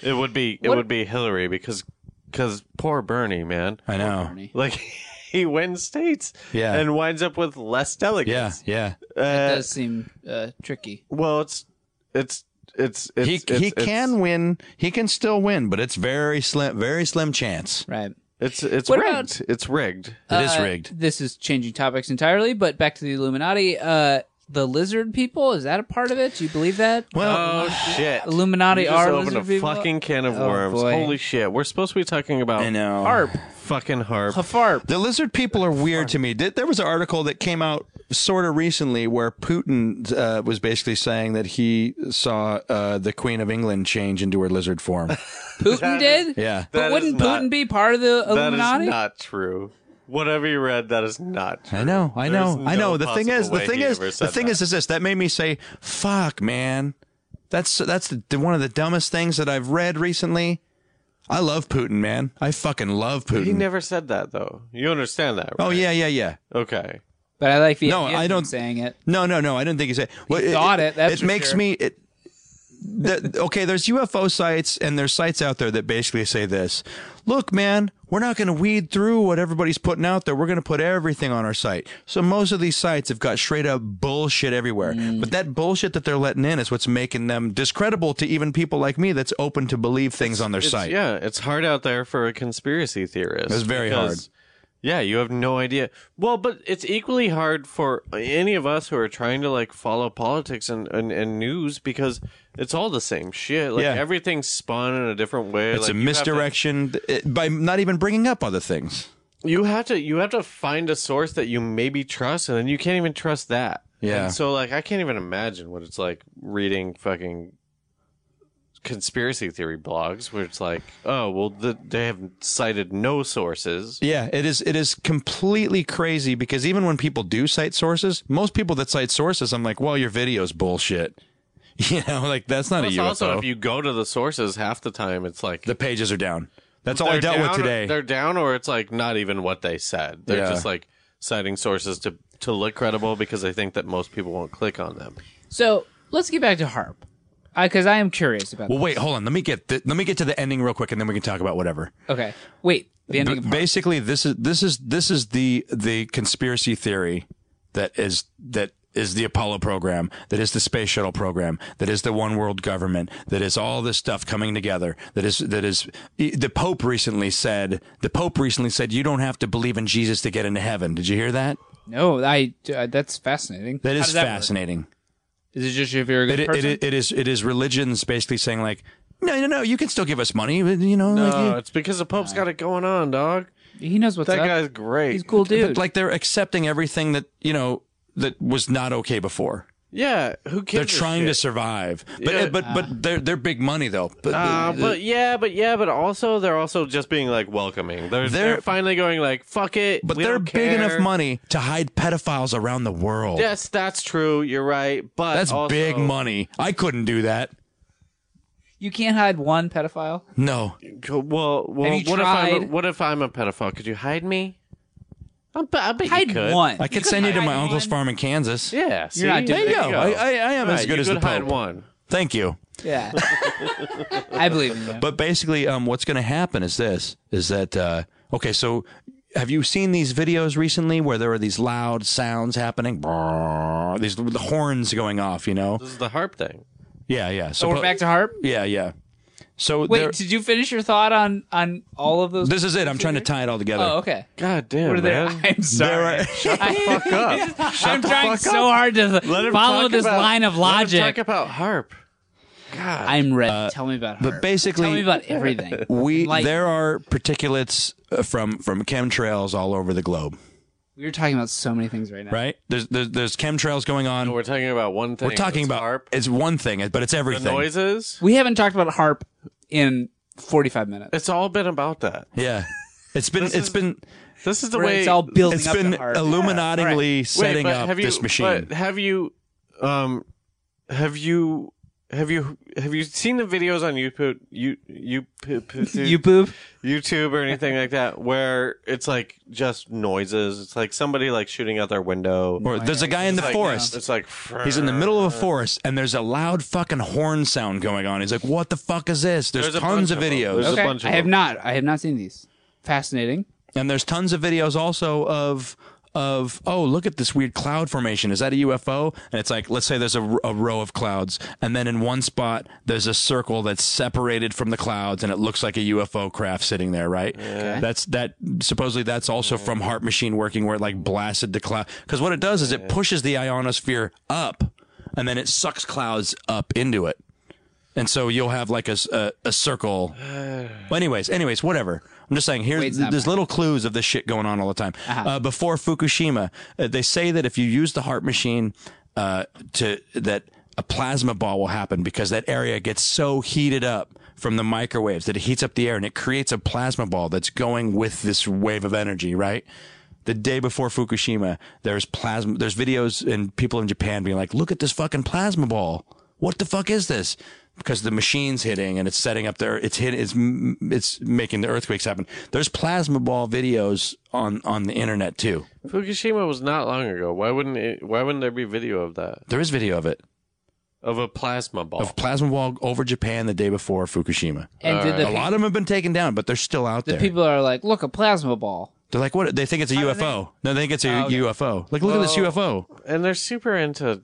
it would be it would be Hillary because because poor Bernie man,
I know.
like he wins states
Yeah.
and winds up with less
Yeah,
delegates.
yeah.
Uh,
does seem uh, tricky.
well, it's it's it's, it's
he
it's-
he
it's-
can win. He can still win, but it's very slim, very slim chance.
Right.
it's it's
What
rigged.
about-
it's rigged.
It is
Uh,
rigged.
This is changing topics entirely, but back to the Illuminati. Uh, the lizard people is that a part of it? Do you believe that?
Well,
Oh shit!
Illuminati
You just
are
opened
lizard
a
people?
fucking can of
Oh,
worms.
boy.
Holy shit! We're supposed to be talking about
I know.
Harp,
fucking harp.
Hafarp.
The lizard people are weird to me. Did- There was an article that came out sort of recently where Putin uh, was basically saying that he saw uh, the Queen of England change into her lizard form.
Putin did.
Yeah.
That
But
is
wouldn't
not-
Putin be part of the
That is
Illuminati?
not true. Whatever you read, that is not true.
I know, I know,
There's
I know.
no
The thing is,
possible
the
way
thing
he
is,
ever
the
said
thing
that.
is, is this that made me say, "Fuck, man." That's that's the, the- one of the dumbest things that I've read recently. I love Putin, man. I fucking love Putin.
He never said that though. You understand that? Right?
oh yeah, yeah, yeah.
Okay.
But I like the
No,
idea of
I
him
don't-
saying it.
No, no, no. I didn't think he said. Well,
thought it, that's
it
for
makes
sure.
me. It, that, okay, there's UFO sites and there's sites out there that basically say this. Look, man, we're not going to weed through what everybody's putting out there. We're going to put everything on our site. So most of these sites have got straight up bullshit everywhere.
Mm.
But that bullshit that they're letting in is what's making them discreditable to even people like me that's open to believe things on their
It's-
site.
Yeah, it's hard out there for a conspiracy theorist.
It's very
because- Yeah, you have no idea. Well, but it's equally hard for any of us who are trying to like follow politics and, and, and news because it's all the same shit. Like
Yeah.
everything's spun in a different way.
It's
Like,
a
you have to-
misdirection th- by not even bringing up other things.
you have to you have to find a source that you maybe trust and then you can't even trust that
Yeah.
and so like i can't even imagine what it's like reading fucking conspiracy theory blogs where it's like oh well the, they have cited no sources
Yeah, it is. It is completely crazy because even when people do cite sources, most people that cite sources, I'm like, well, your video's bullshit. You know, like that's not
Plus,
a UFO.
also if you go to the sources half the time it's like
the pages are down. That's all I
they're
dealt with
down-
today.
they're down or it's like not even what they said they're
Yeah.
just like citing sources to to look credible because they think that most people won't click on them
So let's get back to Harp, because I am curious about.
well, wait, hold on. Let me get th- let me get to the ending real quick, and then we can talk about whatever.
that. Okay, wait. The ending
B-
of Harp.
basically, this is this is this is the the conspiracy theory that is that is the Apollo program, that is the space shuttle program, that is the one world government, that is all this stuff coming together. That is that is e, the Pope recently said the Pope recently said you don't have to believe in Jesus to get into heaven. Did you hear that?
No, I. Uh, that's fascinating.
That
How
is
does work?
fascinating.
Is it just if you're a good
It, it-
person?
it, it is it is religions basically saying like no no no you can still give us money but, you know like,
oh it's because the pope's got it going on dog
he knows what's
that
up.
guy's great
He's a cool
but,
dude.
like they're accepting everything that you know that was not okay before.
Yeah, who
They're
cares?
trying to survive, but
Yeah. Ah.
but but they're they're big money though. But,
Uh, but yeah, but yeah, but also they're also just being like welcoming. They're they're,
They're-
finally going like fuck it.
but
we
they're
don't
big enough
care.
money to hide pedophiles around the world.
Yes, that's true. You're right. But
That's
also-
big money. I couldn't do that.
you can't hide one pedophile.
No,
Well, well
Have
what
you
if I'm a,
tried-
what if I'm a pedophile? Could you hide me? I bet, I bet you
Hide
could.
one.
I could send you to my uncle's farm in Kansas.
Yeah, see?
not doing
There you
There
go. I, I, I am as
Right,
good
you
as
could
the
hide
Pope.
one.
Thank you.
Yeah, I believe in you.
But basically, um, what's going to happen is this: is that uh, okay? So, have you seen these videos recently where there are these loud sounds happening? Brrr, These the horns going off. You know?
This is the harp thing.
Yeah, yeah.
so we're back to harp.
Yeah, yeah. So
Wait,
there-
did you finish your thought on on all of those?
this is it. I'm trying to tie it all together.
oh, okay.
God damn,
What are they?
man.
I'm sorry.
There
I,
Fuck up.
am trying
fuck
so hard to
Let him
follow
talk
this
about-
line of
Let him
logic.
talk about Uh, harp. God.
I'm ready. Tell me about harp.
but basically,
Tell me about everything.
we
Like-
there are particulates uh, from from chemtrails all over the globe.
We're talking about so many things right now.
Right? There's there's, there's chemtrails going on.
We're talking about one thing.
We're talking
It's
about
harp.
it's one thing, but it's
The
everything.
noises.
We haven't talked about harp in 45 minutes.
It's all been about that.
Yeah, it's been it's
is-
been
This is the
Where
way
it's all building
it's
up
been
to harp.
illuminatingly
Wait,
setting
but
up
have you,
this machine.
But have you, um, have you, have you, have you seen the videos on YouTube, you, you, p- p-
You boob.
YouTube or anything like that where it's like just noises? It's like somebody like shooting out their window.
or there's a guy in the
It's like- Uh,
forest.
It's like
He's in the middle of a forest, and there's a loud fucking horn sound going on. He's like, "What the fuck is this?" There's,
There's a bunch
tons of
of them.
videos,
There's a
Okay.
bunch of
I have
them.
not. I have not seen these. Fascinating.
and there's tons of videos also of of oh look at this weird cloud formation is that a ufo and it's like let's say there's a, r- a row of clouds and then in one spot there's a circle that's separated from the clouds and it looks like a ufo craft sitting there right that's that supposedly that's also from heart machine working where it like blasted the cloud because what it does is it pushes the ionosphere up and then it sucks clouds up into it and so you'll have like a, s- a- a circle well, anyways, anyways, whatever. I'm just saying, here's
Wade's not Uh-huh.
there's
mad.
little clues of this shit going on all the time. uh before Fukushima, uh, they say that if you use the heart machine, uh, to that a plasma ball will happen because that area gets so heated up from the microwaves that it heats up the air and it creates a plasma ball that's going with this wave of energy, right? The day before Fukushima, there's plasma. There's videos and people in Japan being like, "Look at this fucking plasma ball! What the fuck is this?" because the machine's hitting and it's setting up there it's hit it's m- it's making the earthquakes happen there's plasma ball videos on on the internet too
Fukushima was not long ago. Why wouldn't it? Why wouldn't there be video of that?
there is video of it
Of a plasma ball.
of plasma ball over japan the day before fukushima
And
Uh,
did the
a lot of them have been taken down but they're still out there
people are like, look, a plasma ball.
they're like what they think it's a ufo no they think it's a ufo like look at this ufo
and they're super into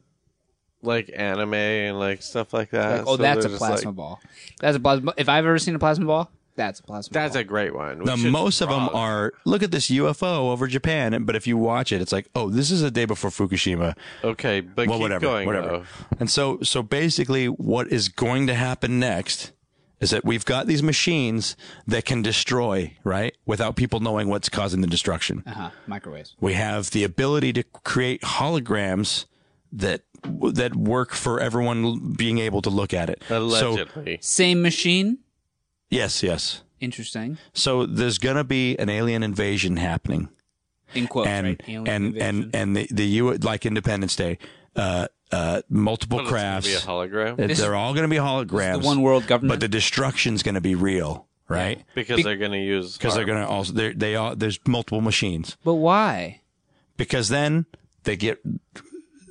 like anime and like stuff like that.
Like, oh,
So
that's a
they're just
plasma
like,
ball. That's a plasma. If I've ever seen a plasma ball, that's a plasma.
That's
ball.
a great one. We
the
should
most of them
frog.
are look at this ufo over japan and- but if you watch it it's like oh this is a day before fukushima
okay, but
well,
keep
whatever,
going.
whatever.
though.
And so, so basically, what is going to happen next is that we've got these machines that can destroy, right, without people knowing what's causing the destruction.
uh-huh. microwaves.
We have the ability to create holograms that that work for everyone l- being able to look at it. So,
Allegedly,
Same machine.
yes, yes.
Interesting.
So there's gonna be an alien invasion happening.
In quotes,
and
right? Alien
and
invasion.
and and the the U like Independence Day, uh, uh, multiple
But it's gonna
crafts.
be a hologram
It- They're all going to be holograms.
the one world government.
but the destruction's going to be real, right?
because they're going to use
Because they're
harp.
going to also they're, they are there's multiple machines.
but why?
Because then they get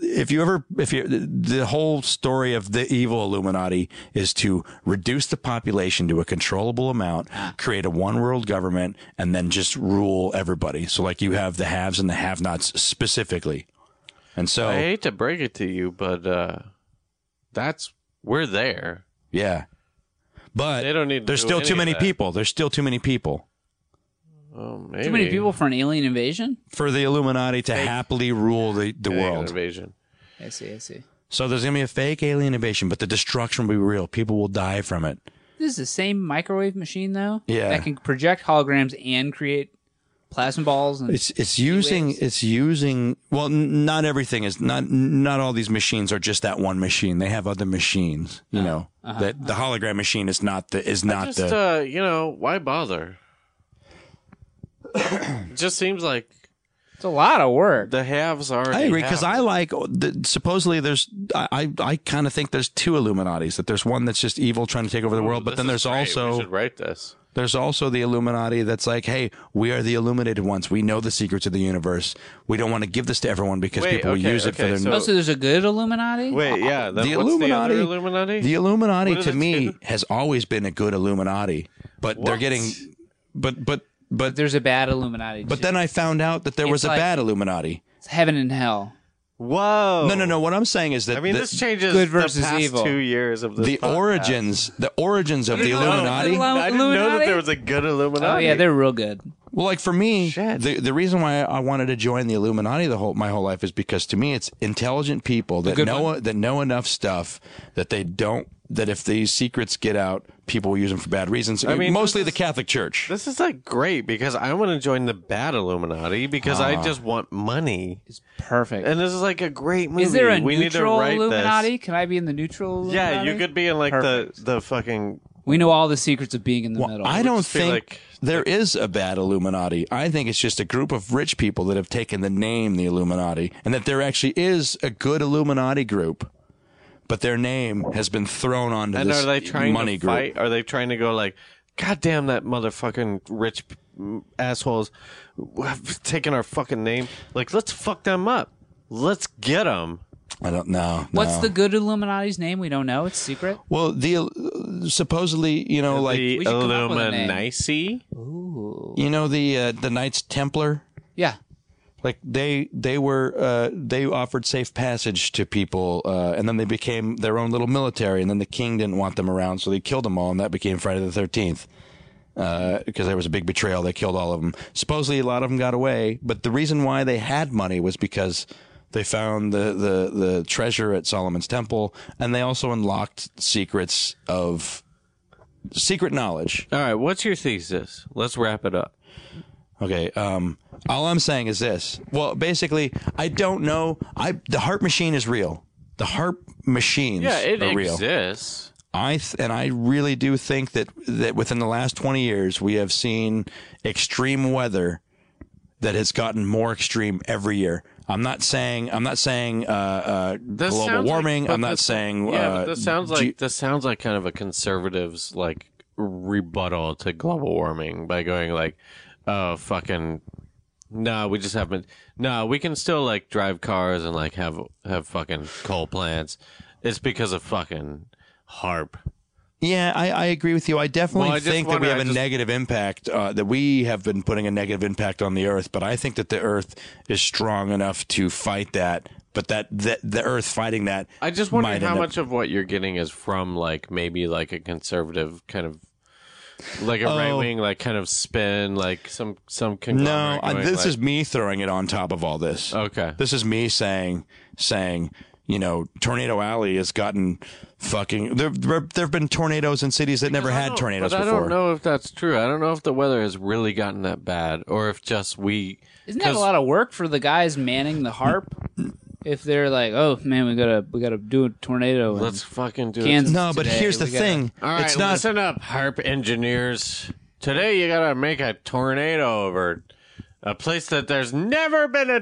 if you ever if you the whole story of the evil Illuminati is to reduce the population to a controllable amount, create a one world government, and then just rule everybody. So like you have the haves and the have-nots specifically, and so
I hate to break it to you, but uh, that's we're there.
yeah, but
They don't need to
There's
do
still
any
too
of
many
that.
people. There's still too many people.
Oh, maybe.
Too many people for an alien invasion.
for the Illuminati to happily rule the, the
Alien
world.
invasion.
I see. I see.
So there's going to be a fake alien invasion, but the destruction will be real. People will die from it.
This is the same microwave machine though.
Yeah.
That can project holograms and create plasma balls and
It's it's using it's using well n- not everything is not not all these machines are just that one machine. They have other machines, you know. that the hologram machine is not the is not
Uh-huh. Just
the
uh, you know, why bother? it just seems like
it's a lot of work.
the haves are.
I agree because I like oh, the, supposedly there's I I, I kind of think there's two Illuminati's that there's one that's just evil trying to take over the world, but then there's
We
also
should write this.
There's also the Illuminati that's like, hey, we are the illuminated ones. We know the secrets of the universe. We don't want to give this to everyone because
Wait,
people
okay,
use it
okay,
for their
so-
Oh, so there's a good Illuminati?
Wait, yeah. The,
the
what's
Illuminati,
The, other Illuminati?
the Illuminati
What are
to
the
me
two?
has always been a good Illuminati, but they're
What?
getting, but but but
There's a bad Illuminati.
but
too.
then I found out that there was
It's
a
like-
bad Illuminati.
It's heaven and hell.
Whoa.
No, no, no. What I'm saying is that
Oh. I mean,
the,
this changes
good
the
versus
past
evil.
two years of this
the
podcast.
origins, the origins of the
No,
Illuminati.
Illu-
I didn't know that
Illuminati?
there was a good Illuminati.
Oh yeah, they're real good.
Well, like for me,
Shit.
the the reason why I wanted to join the Illuminati the whole my whole life is because to me it's intelligent people that
good
know
one.
that know enough stuff that they don't that if these secrets get out, people will use them for bad reasons. I
mean,
mean, mostly the
this
Catholic Church.
This is like great because I want to join the bad Illuminati because
Ah.
I just want money.
It's perfect.
And this is like a great movie.
Is there a
we need to
neutral
write
Illuminati?
This.
Can I be in the neutral Illuminati?
Yeah, you could be in like the the fucking
We know all the secrets of being in the middle.
I don't
just feel
think
like-
there is a bad Illuminati. I think it's just a group of rich people that have taken the name the Illuminati, and that there actually is a good Illuminati group, but their name has been thrown onto
And
this
are they trying
money
to
group.
fight? Are they trying to go like, God damn that motherfucking rich p- assholes have taken our fucking name? Like, let's fuck them up. Let's get them.
I don't know.
What's
no.
the good Illuminati's name? We don't know. It's secret.
Well, the uh, supposedly, you know, like
the
we should come up with a name.
Illuminati.
you know the uh, the Knights Templar,
Yeah.
like they they were uh, they offered safe passage to people, uh, and then they became their own little military, and then the king didn't want them around, so they killed them all, and that became Friday the Thirteenth. Because there was a big betrayal, they killed all of them. Supposedly, a lot of them got away, but the reason why they had money was because they found the, the, the treasure at Solomon's temple, and they also unlocked secrets of secret knowledge.
All right, what's your thesis? Let's wrap it up.
Okay. Um, all I'm saying is this. Well, basically, I don't know. I the heart machine is real. The heart machines
Yeah, it
are real.
exists.
I th- and I really do think that that within the last 20 years we have seen extreme weather that has gotten more extreme every year. I'm not saying I'm not saying uh, uh,
This
global
sounds like-
warming.
but
I'm not
this-
saying
Yeah,
uh,
but this sounds like
ge-
this sounds like kind of a conservative's like rebuttal to global warming by going like, "Oh, fucking, no, we just haven't. No, we can still like drive cars and like have have fucking coal plants. It's because of fucking harp."
Yeah, I, I agree with you. I definitely
Well, I just
think that
wonder-
we have
I
a
just-
negative impact, uh, that we have been putting a negative impact on the Earth, but I think that the Earth is strong enough to fight that. But that, that the Earth fighting that,
I just
might
wonder
end
how
up-
much of what you're getting is from like maybe like a conservative kind of like a right wing like kind of spin like some some
Oh. No,
conglomerate
I,
going,
this
like-
is me throwing it on top of all this.
okay
This is me saying saying, you know, Tornado Alley has gotten fucking. There there there have been tornadoes in cities that never
I
had
don't-
tornadoes
Oh, but
before.
I don't know if that's true. I don't know if the weather has really gotten that bad, or if just we.
Isn't that
'cause-
a lot of work for the guys manning the harp? If they're like, oh man, we gotta we gotta do a tornado. and
Let's fucking do
Kansas
it.
No, but
today,
here's the
we gotta-
thing.
All right,
it's not.
listen up, harp engineers. Today you gotta make a tornado over a place that there's never been a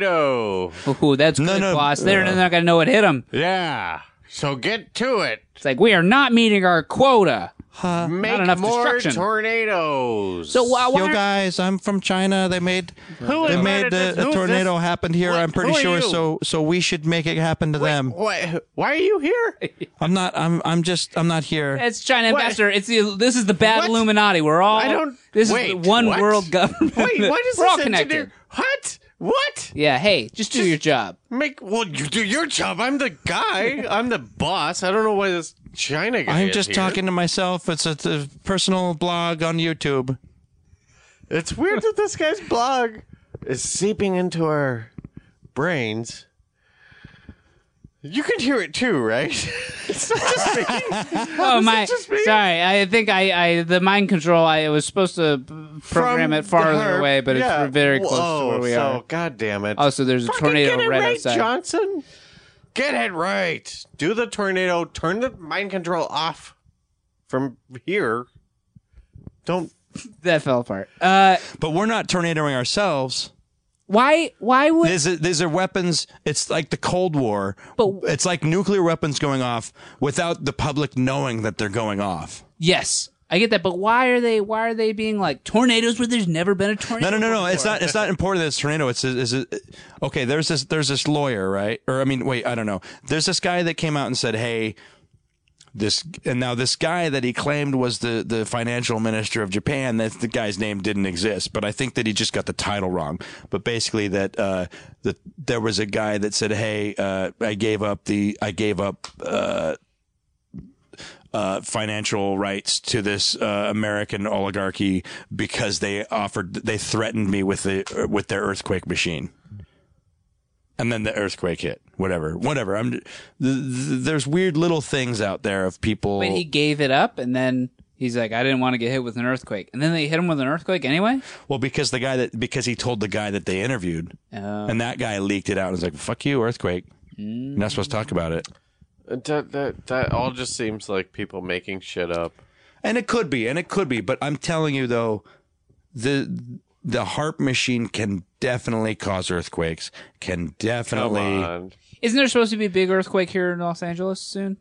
tornado.
Ooh, that's
No,
good,
no,
boss. They're not gonna know what hit them.
Yeah, so get to it.
It's like we are not meeting our quota.
Make
enough
more
destruction.
tornadoes.
So why? why
Yo,
aren't-
guys, I'm from China. They made
Who
they
invented
made
this?
the,
Who's
a tornado
this?
happen here.
What-
I'm pretty
who are
sure.
you?
So so we should make it happen to them.
Why, why are you here?
I'm not. I'm I'm just. I'm not here.
It's China ambassador. It's the, this is the bad
What?
Illuminati. We're all.
I don't.
This
wait,
is the one
what?
world government.
Wait, what is
We're
this
all connected.
engineer? What? What?
Yeah. Hey, just do your job.
Make well, you do your job. I'm the guy. I'm the boss. I don't know why this China guy.
I'm
is
just
here.
talking to myself. It's a, it's a personal blog on YouTube.
It's weird that this guy's blog is seeping into our brains. You can hear it too, right? it's not just me.
Oh my!
just me?
Sorry, I think I, I the mind control. I was supposed to program
From
it farther
the herb.
away, but
Yeah.
it's very close
Whoa,
to where we
so,
are.
God damn it!
Oh, so there's a
Fucking
tornado
get it
right
right
outside.
Johnson, get it right. Do the tornado. Turn the mind control off from here. Don't.
That fell apart. Uh,
But we're not tornadoing ourselves.
why? Why would?
These are, these are weapons. It's like the Cold War.
But-
it's like nuclear weapons going off without the public knowing that they're going off.
yes, I get that, but why are they? Why are they being like tornadoes where there's never been a tornado?
No, no, no, no. It's
before?
not. It's not important. That it's tornado. It's is it okay? There's this. There's this lawyer, right? Or I mean, wait. I don't know. There's this guy that came out and said, "Hey, this." And now this guy that he claimed was the the financial minister of Japan. That the guy's name didn't exist, but I think that he just got the title wrong. But basically, that uh, that there was a guy that said, "Hey, uh, I gave up the. I gave up." Uh, uh, financial rights to this uh, American oligarchy because they offered they threatened me with the with their earthquake machine, and then the earthquake hit. Whatever, whatever. I'm th- th- there's weird little things out there of people.
But he gave it up, and then he's like, I didn't want to get hit with an earthquake, and then they hit him with an earthquake anyway.
well, because the guy that because he told the guy that they interviewed,
Oh.
and that guy leaked it out and was like, "Fuck you, earthquake." You're not supposed to talk about it.
That, that, that all just seems like people making shit up.
And it could be, and it could be, but I'm telling you though, the the harp machine can definitely cause earthquakes. Can
Come
definitely.
on.
Isn't there supposed to be a big earthquake here in Los Angeles soon?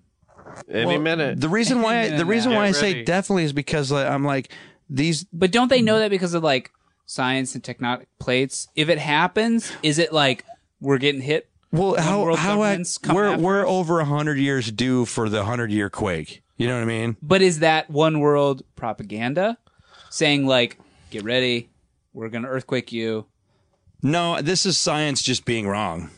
Any minute.
The reason why I, the reason
Get
why I say
ready.
definitely is because like, I'm like these.
But don't they know that because of like science and tectonic plates? If it happens, is it like we're getting hit?
Well, how
world
how I,
governments come
we're
after
we're over hundred years due for the hundred year quake. You know what I mean?
But is that one world propaganda saying like, get ready, we're gonna earthquake you?
No, this is science just being wrong.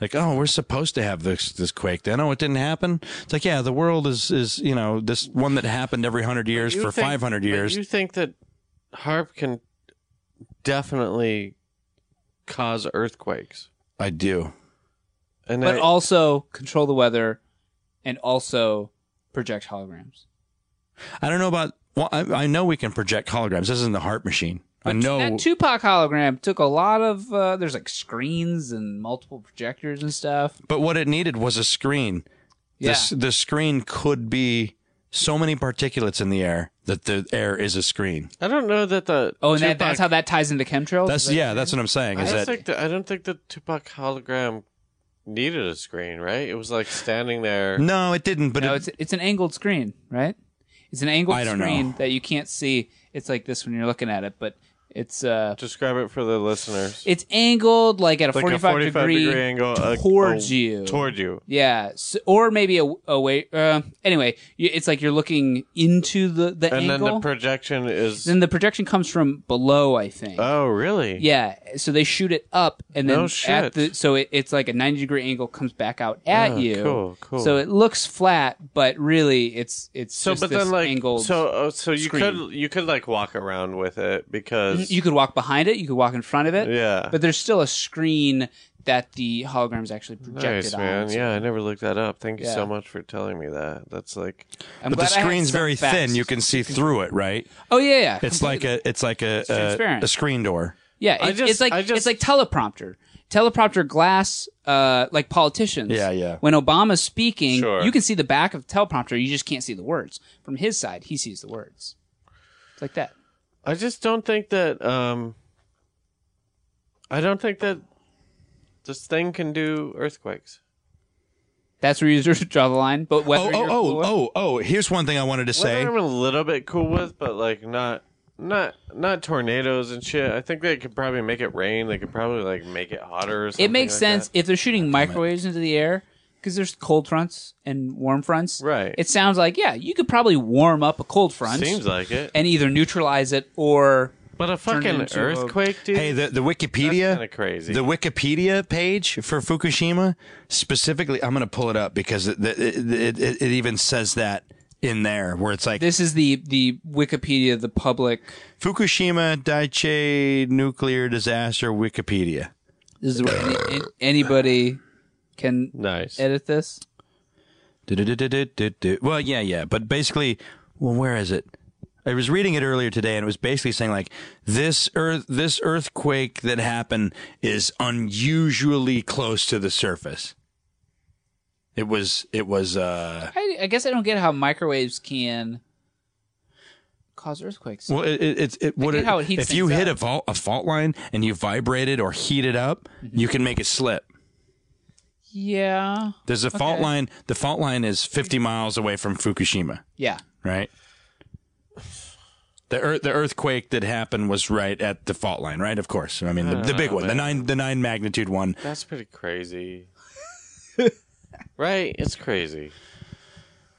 Like, oh, we're supposed to have this this quake. Then, oh, it didn't happen. It's like, yeah, the world is is you know this one that happened every hundred years
You
for
think-
five hundred
but
years.
You think that harp can definitely cause earthquakes?
I do.
And
But
I-
also control the weather, and also project holograms.
I don't know about. Well, I, I know we can project holograms. This isn't the heart machine. I know.
That Tupac hologram took a lot of. Uh, there's like screens and multiple projectors and stuff.
but what it needed was a screen.
Yeah.
This, the screen could be so many particulates in the air that the air is a screen.
I don't know that the
oh, and that,
Tupac-
that's how that ties into chemtrails.
That's yeah. That's what I'm saying.
I
Is
don't
that
think that I don't think the Tupac hologram needed a screen, right? It was like standing there.
no? It didn't. But
No,
it-
it's it's an angled screen, right? It's an angled
I don't
screen
know.
that you can't see. It's like this when you're looking at it, but it's uh
Describe it for the listeners.
it's angled like at a,
Like
45,
a 45
degree,
degree, angle uh,
towards
oh,
you.
Toward you.
yeah, so, or maybe a, away. Uh, anyway, you, it's like you're looking into the the
And
angle.
then the projection is
Then the projection comes from below, I think.
Oh, really?
yeah, so they shoot it up, and then
No
at
shit.
the so it, it's like a ninety degree angle comes back out at
Oh,
you.
cool, cool.
So it looks flat, but really it's it's
So,
just
but
this
then like
angled.
so oh, so you
screen.
could you could like walk around with it because
You could walk behind it. You could walk in front of it.
Yeah.
But there's still a screen that the hologram's actually projected
nice man.
on.
Yeah, I never looked that up. Thank you
Yeah.
so much for telling me that. That's like
but
I'm
the
glad I had
screen's
some
very
facts.
thin. You can see through it, right?
Oh yeah, yeah.
It's like a it's like a a,
transparent.
a screen door.
yeah.
I
It's,
just-
it's like
I just-
it's like teleprompter. Teleprompter glass, uh, like politicians.
Yeah, yeah.
When Obama's speaking,
Sure.
you can see the back of the teleprompter. You just can't see the words. From his side, he sees the words. It's like that.
I just don't think that um I don't think that this thing can do earthquakes.
That's where you draw the line. But whether
Oh oh
you're
oh
cool-
oh oh! Here's one thing I wanted to say.
Weather I'm a little bit cool with, but like not not not tornadoes and shit. I think they could probably make it rain. They could probably like make it hotter. Or something
it makes
like
sense
that.
if they're shooting microwaves into the air because there's cold fronts and warm fronts.
Right.
It sounds like yeah, you could probably warm up a cold front
Seems like it.
and either neutralize it or
But a fucking
into a-
earthquake, dude.
Hey, the, the
That's
Wikipedia,
kinda crazy.
the Wikipedia page for Fukushima specifically, I'm going to pull it up because it, it, it, it, it even says that in there where it's like
this is the the Wikipedia the public.
Fukushima Daiichi nuclear disaster Wikipedia.
This is where any, an- anybody can
nice.
edit this.
Du-du-du-du-du-du. Well, yeah, yeah, but basically, well, where is it? I was reading it earlier today, and it was basically saying like this earth, this earthquake that happened is unusually close to the surface. It was, it was, uh,
I, I guess I don't get how microwaves can cause earthquakes.
Well, it, it, it, it, what
get
it-
how it heats
if you
things
hit a
up.
fault, a fault line and you vibrate it or heat it up,
Mm-hmm.
you can make it slip.
yeah,
There's a fault
Okay.
line. The fault line is 50 miles away from Fukushima,
yeah.
right? The earth, the earthquake that happened was right at the fault line, right? Of course. I mean, the, the big
Uh,
Oh,
one, the
man.
nine, the nine magnitude one.
That's pretty crazy. right? It's crazy.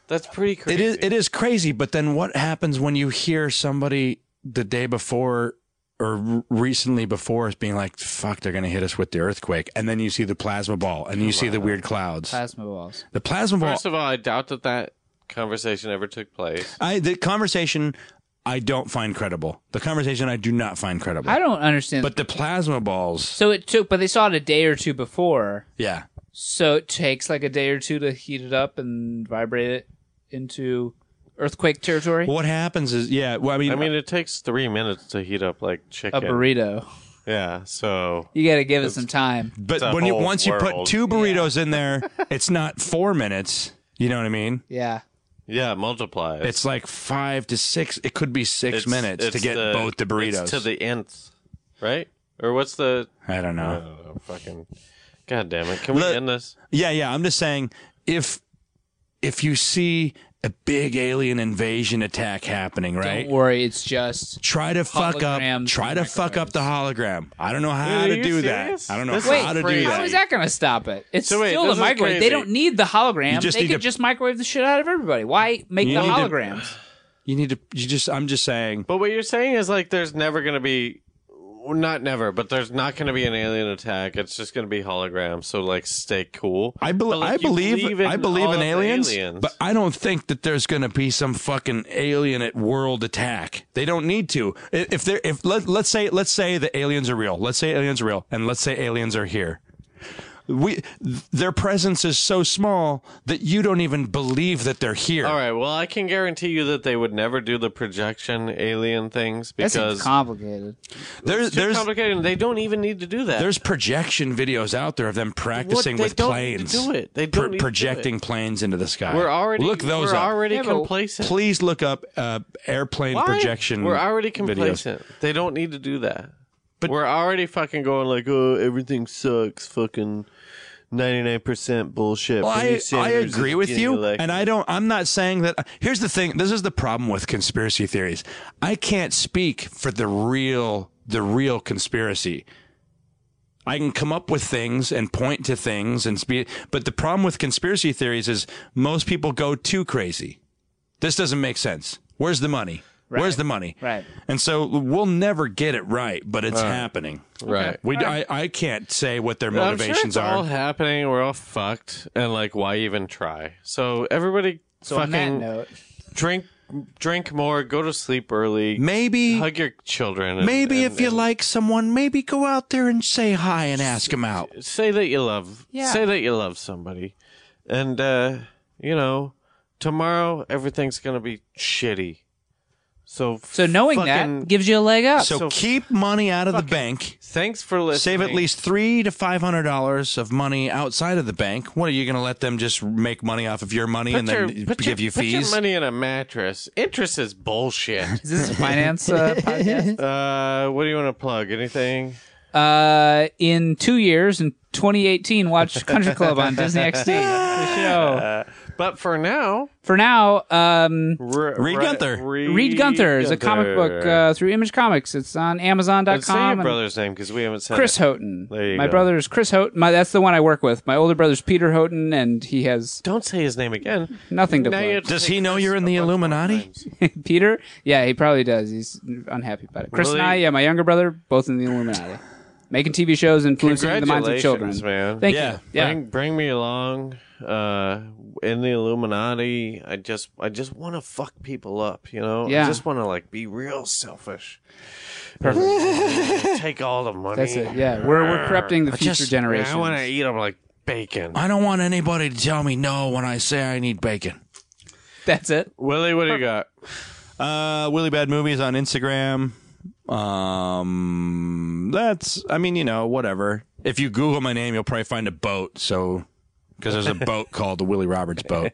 That's pretty crazy.
It is, it is crazy. But then what happens when you hear somebody the day before or r- recently before is being like, "Fuck, they're gonna hit us with the earthquake," and then you see the plasma ball and you see the weird clouds.
Plasma balls.
The plasma ball.
First of all, I doubt that that conversation ever took place.
I the conversation I don't find credible. The conversation I do not find credible.
I don't understand.
but the plasma balls,
so it took, but they saw it a day or two before.
yeah.
So it takes like a day or two to heat it up and vibrate it into earthquake territory.
What happens is, yeah. Well, I mean,
I mean, it takes three minutes to heat up like
A
chicken.
burrito.
Yeah, so
You got to give it some time.
but
a
when you
whole
once you put
world.
two burritos in there, it's not four minutes. You know what I mean?
Yeah.
yeah, it multiplies.
It's like five to six. It could be six
It's-
minutes to
it's
get both the burritos.
it's to the nth, right? Or what's the
I don't know.
oh, fucking? God damn it! Can we
Look-
end this?
Yeah, yeah. I'm just saying if if you see a big alien invasion attack happening, right?
Don't worry. It's just.
Try to fuck up.
Holograms
Try to
and
fuck up the hologram. I don't know
Dude,
how
are
to
you
do
serious?
that. I don't know
This
how
is
to
crazy.
do
How
that.
is that going to stop it? It's
So wait,
still the
this is
microwave.
crazy.
They don't need the hologram.
You just
They
need
could
to-
just microwave the shit out of everybody. Why make
You
the
need to-
holograms?
You need to. You just. I'm just saying.
But what you're saying is like there's never going to be, well, not never, but there's not going to be an alien attack. It's just going to be holograms. So like, stay cool.
I, bel
But, like,
I
you
believe.
in
I believe
all
in
of the
aliens, but I don't think that there's going to be some fucking alien at world attack. They don't need to. I- If they're if let, let's say let's say the aliens are real. Let's say aliens are real, and let's say aliens are here. We th- their presence is so small that you don't even believe that they're here.
all right, well, I can guarantee you that they would never do the projection alien things
That seems
because
complicated.
There's
too
there's
complicated. and They don't even need to do that.
There's projection videos out there of them practicing
What? They
with
don't need to
planes.
do it. They don't need to do
projecting planes into the sky.
we're already
look those
we're
up.
already
Yeah, but-
complacent.
Please look up uh, airplane
Why?
projection.
We're already
videos.
complacent. They don't need to do that. But we're already fucking going like, oh, everything sucks. Fucking ninety nine percent bullshit.
Well,
Bernie
I, I
Sanders is
agree with
getting
you,
elected."
and I don't. I'm not saying that. Here's the thing. This is the problem with conspiracy theories. I can't speak for the real, the real conspiracy. I can come up with things and point to things and speak, but the problem with conspiracy theories is most people go too crazy. This doesn't make sense. Where's the money? Where's the money?
Right.
And so we'll never get it right, but it's happening.
right.
We, I, I can't say what their
I'm sure
motivations
it's all
are.
happening. We're all fucked, and like, why even try? So everybody,
So on that
fucking
note,
drink, drink more, go to sleep early,
Maybe
hug your children. and-
Maybe
and-
if you
and
like someone, maybe go out there and say hi and ask them out.
say that you love
Yeah.
say that you love somebody and uh you know tomorrow everything's gonna be shitty so
so knowing
fucking
that gives you a leg up.
So,
So-
keep money out of the bank.
thanks for listening
Save at least three to five hundred dollars of money outside of the bank. What are you going to let them just make money off of your money
put
and
your,
then
put
give
your,
you
put your
fees?
money in a mattress interest is bullshit
Is this a finance uh, podcast?
uh what do you want to plug anything
Uh, in two years, in 2018, watch Country Club on Disney XD. The show.
but for now
For now, um,
re-
Reed
re-
Gunther.
read,
Read Gunther is a comic book uh, through Image Comics. It's on Amazon.com.
Let's say your
and
brother's name because we haven't said
Chris
it.
Houghton.
There you
my
go.
brother is Chris Houghton. My, that's the one I work with. My older brother's Peter Houghton, and he has
don't say his name again
nothing to
Now you
play.
have to
Does
say
he know
Chris
you're in
a
the
bunch more
Illuminati?
times.
Peter? Yeah, he probably does. He's unhappy about it. Chris and
Really?
I, yeah, my younger brother, both in the Illuminati. Making TV shows influencing the minds of children.
Congratulations, man.
Thank
Yeah.
you. Yeah.
Bring, bring me along uh, in the Illuminati. I just I just want to fuck people up, you know.
Yeah.
I just want to like be real selfish.
Perfect.
Take all the money.
That's it. Yeah, we're we're corrupting the future
just-
generations.
I want to eat them like bacon.
I don't want anybody to tell me no when I say I need bacon.
That's it.
Willie, what do you got?
Uh, Willy Bad Movies on Instagram. Um, that's. I mean, you know, whatever. If you Google my name, you'll probably find a boat. So, because there's a boat called the Willie Roberts boat.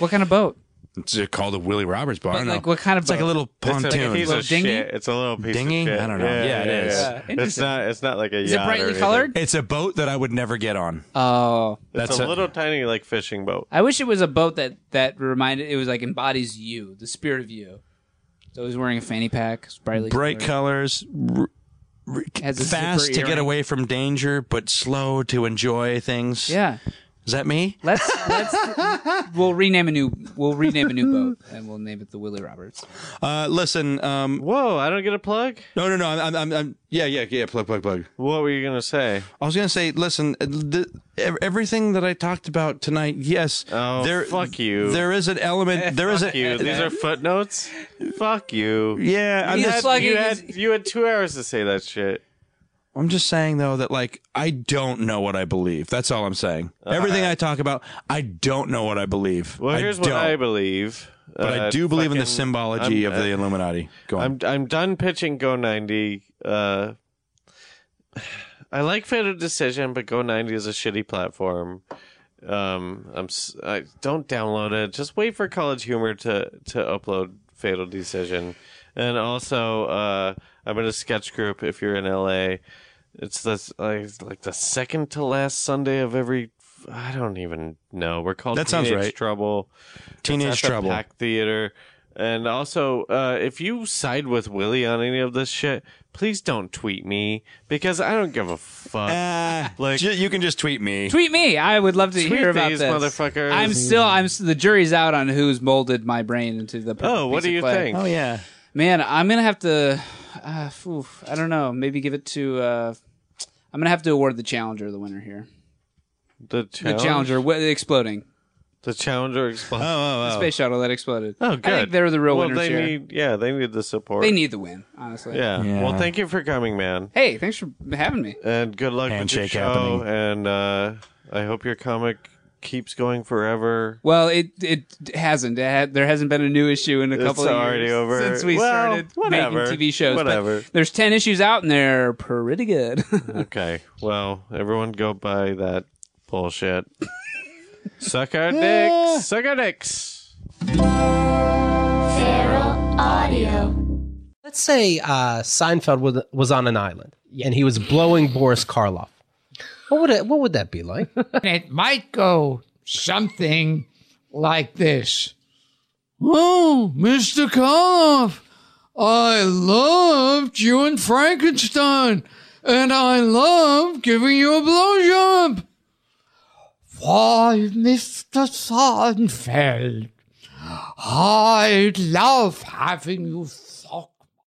What kind of boat?
It's called the Willie Roberts boat. I don't
Like
know.
what kind of
It's like a
boat?
little pontoon.
It's a piece
Little
of
dinghy?
shit. It's a little piece
Dinghy?
of shit.
I don't know. Yeah, it is. Yeah,
It's
interesting.
not. It's not like a.
Is it brightly colored?
it's a boat that I would never get on.
Oh,
That's
It's a little tiny like fishing boat.
I wish it was a boat that that reminded it was like embodies you, the spirit of you. Always wearing a fanny pack. it's brightly
Bright
colored.
colors, r- r-
Has a
fast
zipper
to get
earring.
away from danger, but slow to enjoy things.
Yeah.
Is that me?
Let's let's we'll rename a new we'll rename a new boat and we'll name it the Willie Roberts.
Uh, listen, um,
Whoa, I don't get a plug?
no, no, no. I'm, I'm, I'm, yeah, yeah, yeah. Plug, plug, plug.
What were you going to say?
I was gonna say, listen, the, ev- everything that I talked about tonight, yes,
Oh, fuck you.
There is an element. There is
Fuck
a
you. These are footnotes? Fuck you.
yeah. I'm
He's
just,
plugging
You
his-
had, you had two hours to say that shit.
I'm just saying though that like I don't know what I believe. That's all I'm saying. Everything I talk about, I don't know what I believe.
Uh, Well,
I
here's
don't,
what I believe.
But I
Uh,
do believe in the
fucking-
symbology
I'm- uh,
of the Illuminati. Go on.
I'm I'm done pitching Go 90. Uh, I like Fatal Decision, but Go 90 is a shitty platform. Um, I'm s- I don't download it. Just wait for College Humor to to upload Fatal Decision, and also uh, I'm in a sketch group. If you're in LA, it's this like, like the second to last Sunday of every. I don't even know. We're called
That sounds
Teenage
right.
Trouble.
Teenage
It's at the
Trouble.
Pack Theater. And also, uh, if you side with Willie on any of this shit, please don't tweet me because I don't give a fuck.
Ah,
Uh,
like-
ju- you can just tweet me.
Tweet me. I would love to
Tweet
hear about
these
this.
motherfuckers.
I'm still I'm s- the jury's out on who's molded my brain into the perfect
oh, what
piece
do
of
you
clay.
think?
yeah.
Man, I'm gonna have to. Uh, oof, I don't know. Maybe give it to. Uh, I'm gonna have to award the challenger the winner here.
The
The
challenge,
challenger wa- exploding
the challenger explodes. Oh,
space shuttle that exploded.
good.
I think they're the real
well,
winners
They
here.
need, yeah, they need the support.
they need the win, honestly.
yeah.
Yeah.
Well, thank you for coming, man,
Hey, thanks for having me.
and good luck
Handshake
with your show.
happening.
And uh, I hope your comic keeps going forever.
Well, it it hasn't. It ha- there hasn't been a new issue in a couple of
already
years
over.
since we
Well,
started
whatever.
making TV shows. but
Whatever.
there's ten issues out, and they're pretty good.
Okay. Well, everyone go buy that bullshit. Suck our dicks. Suck our dicks.
Feral Audio.
Let's say uh, Seinfeld was, was on an island and he was blowing Boris Karloff. What would it, what would that be like?
and it might go something like this. Oh, Mr. Koloff, I loved you and Frankenstein, and I love giving you a blowjob. Why, Mr. Seinfeld, I love having you suck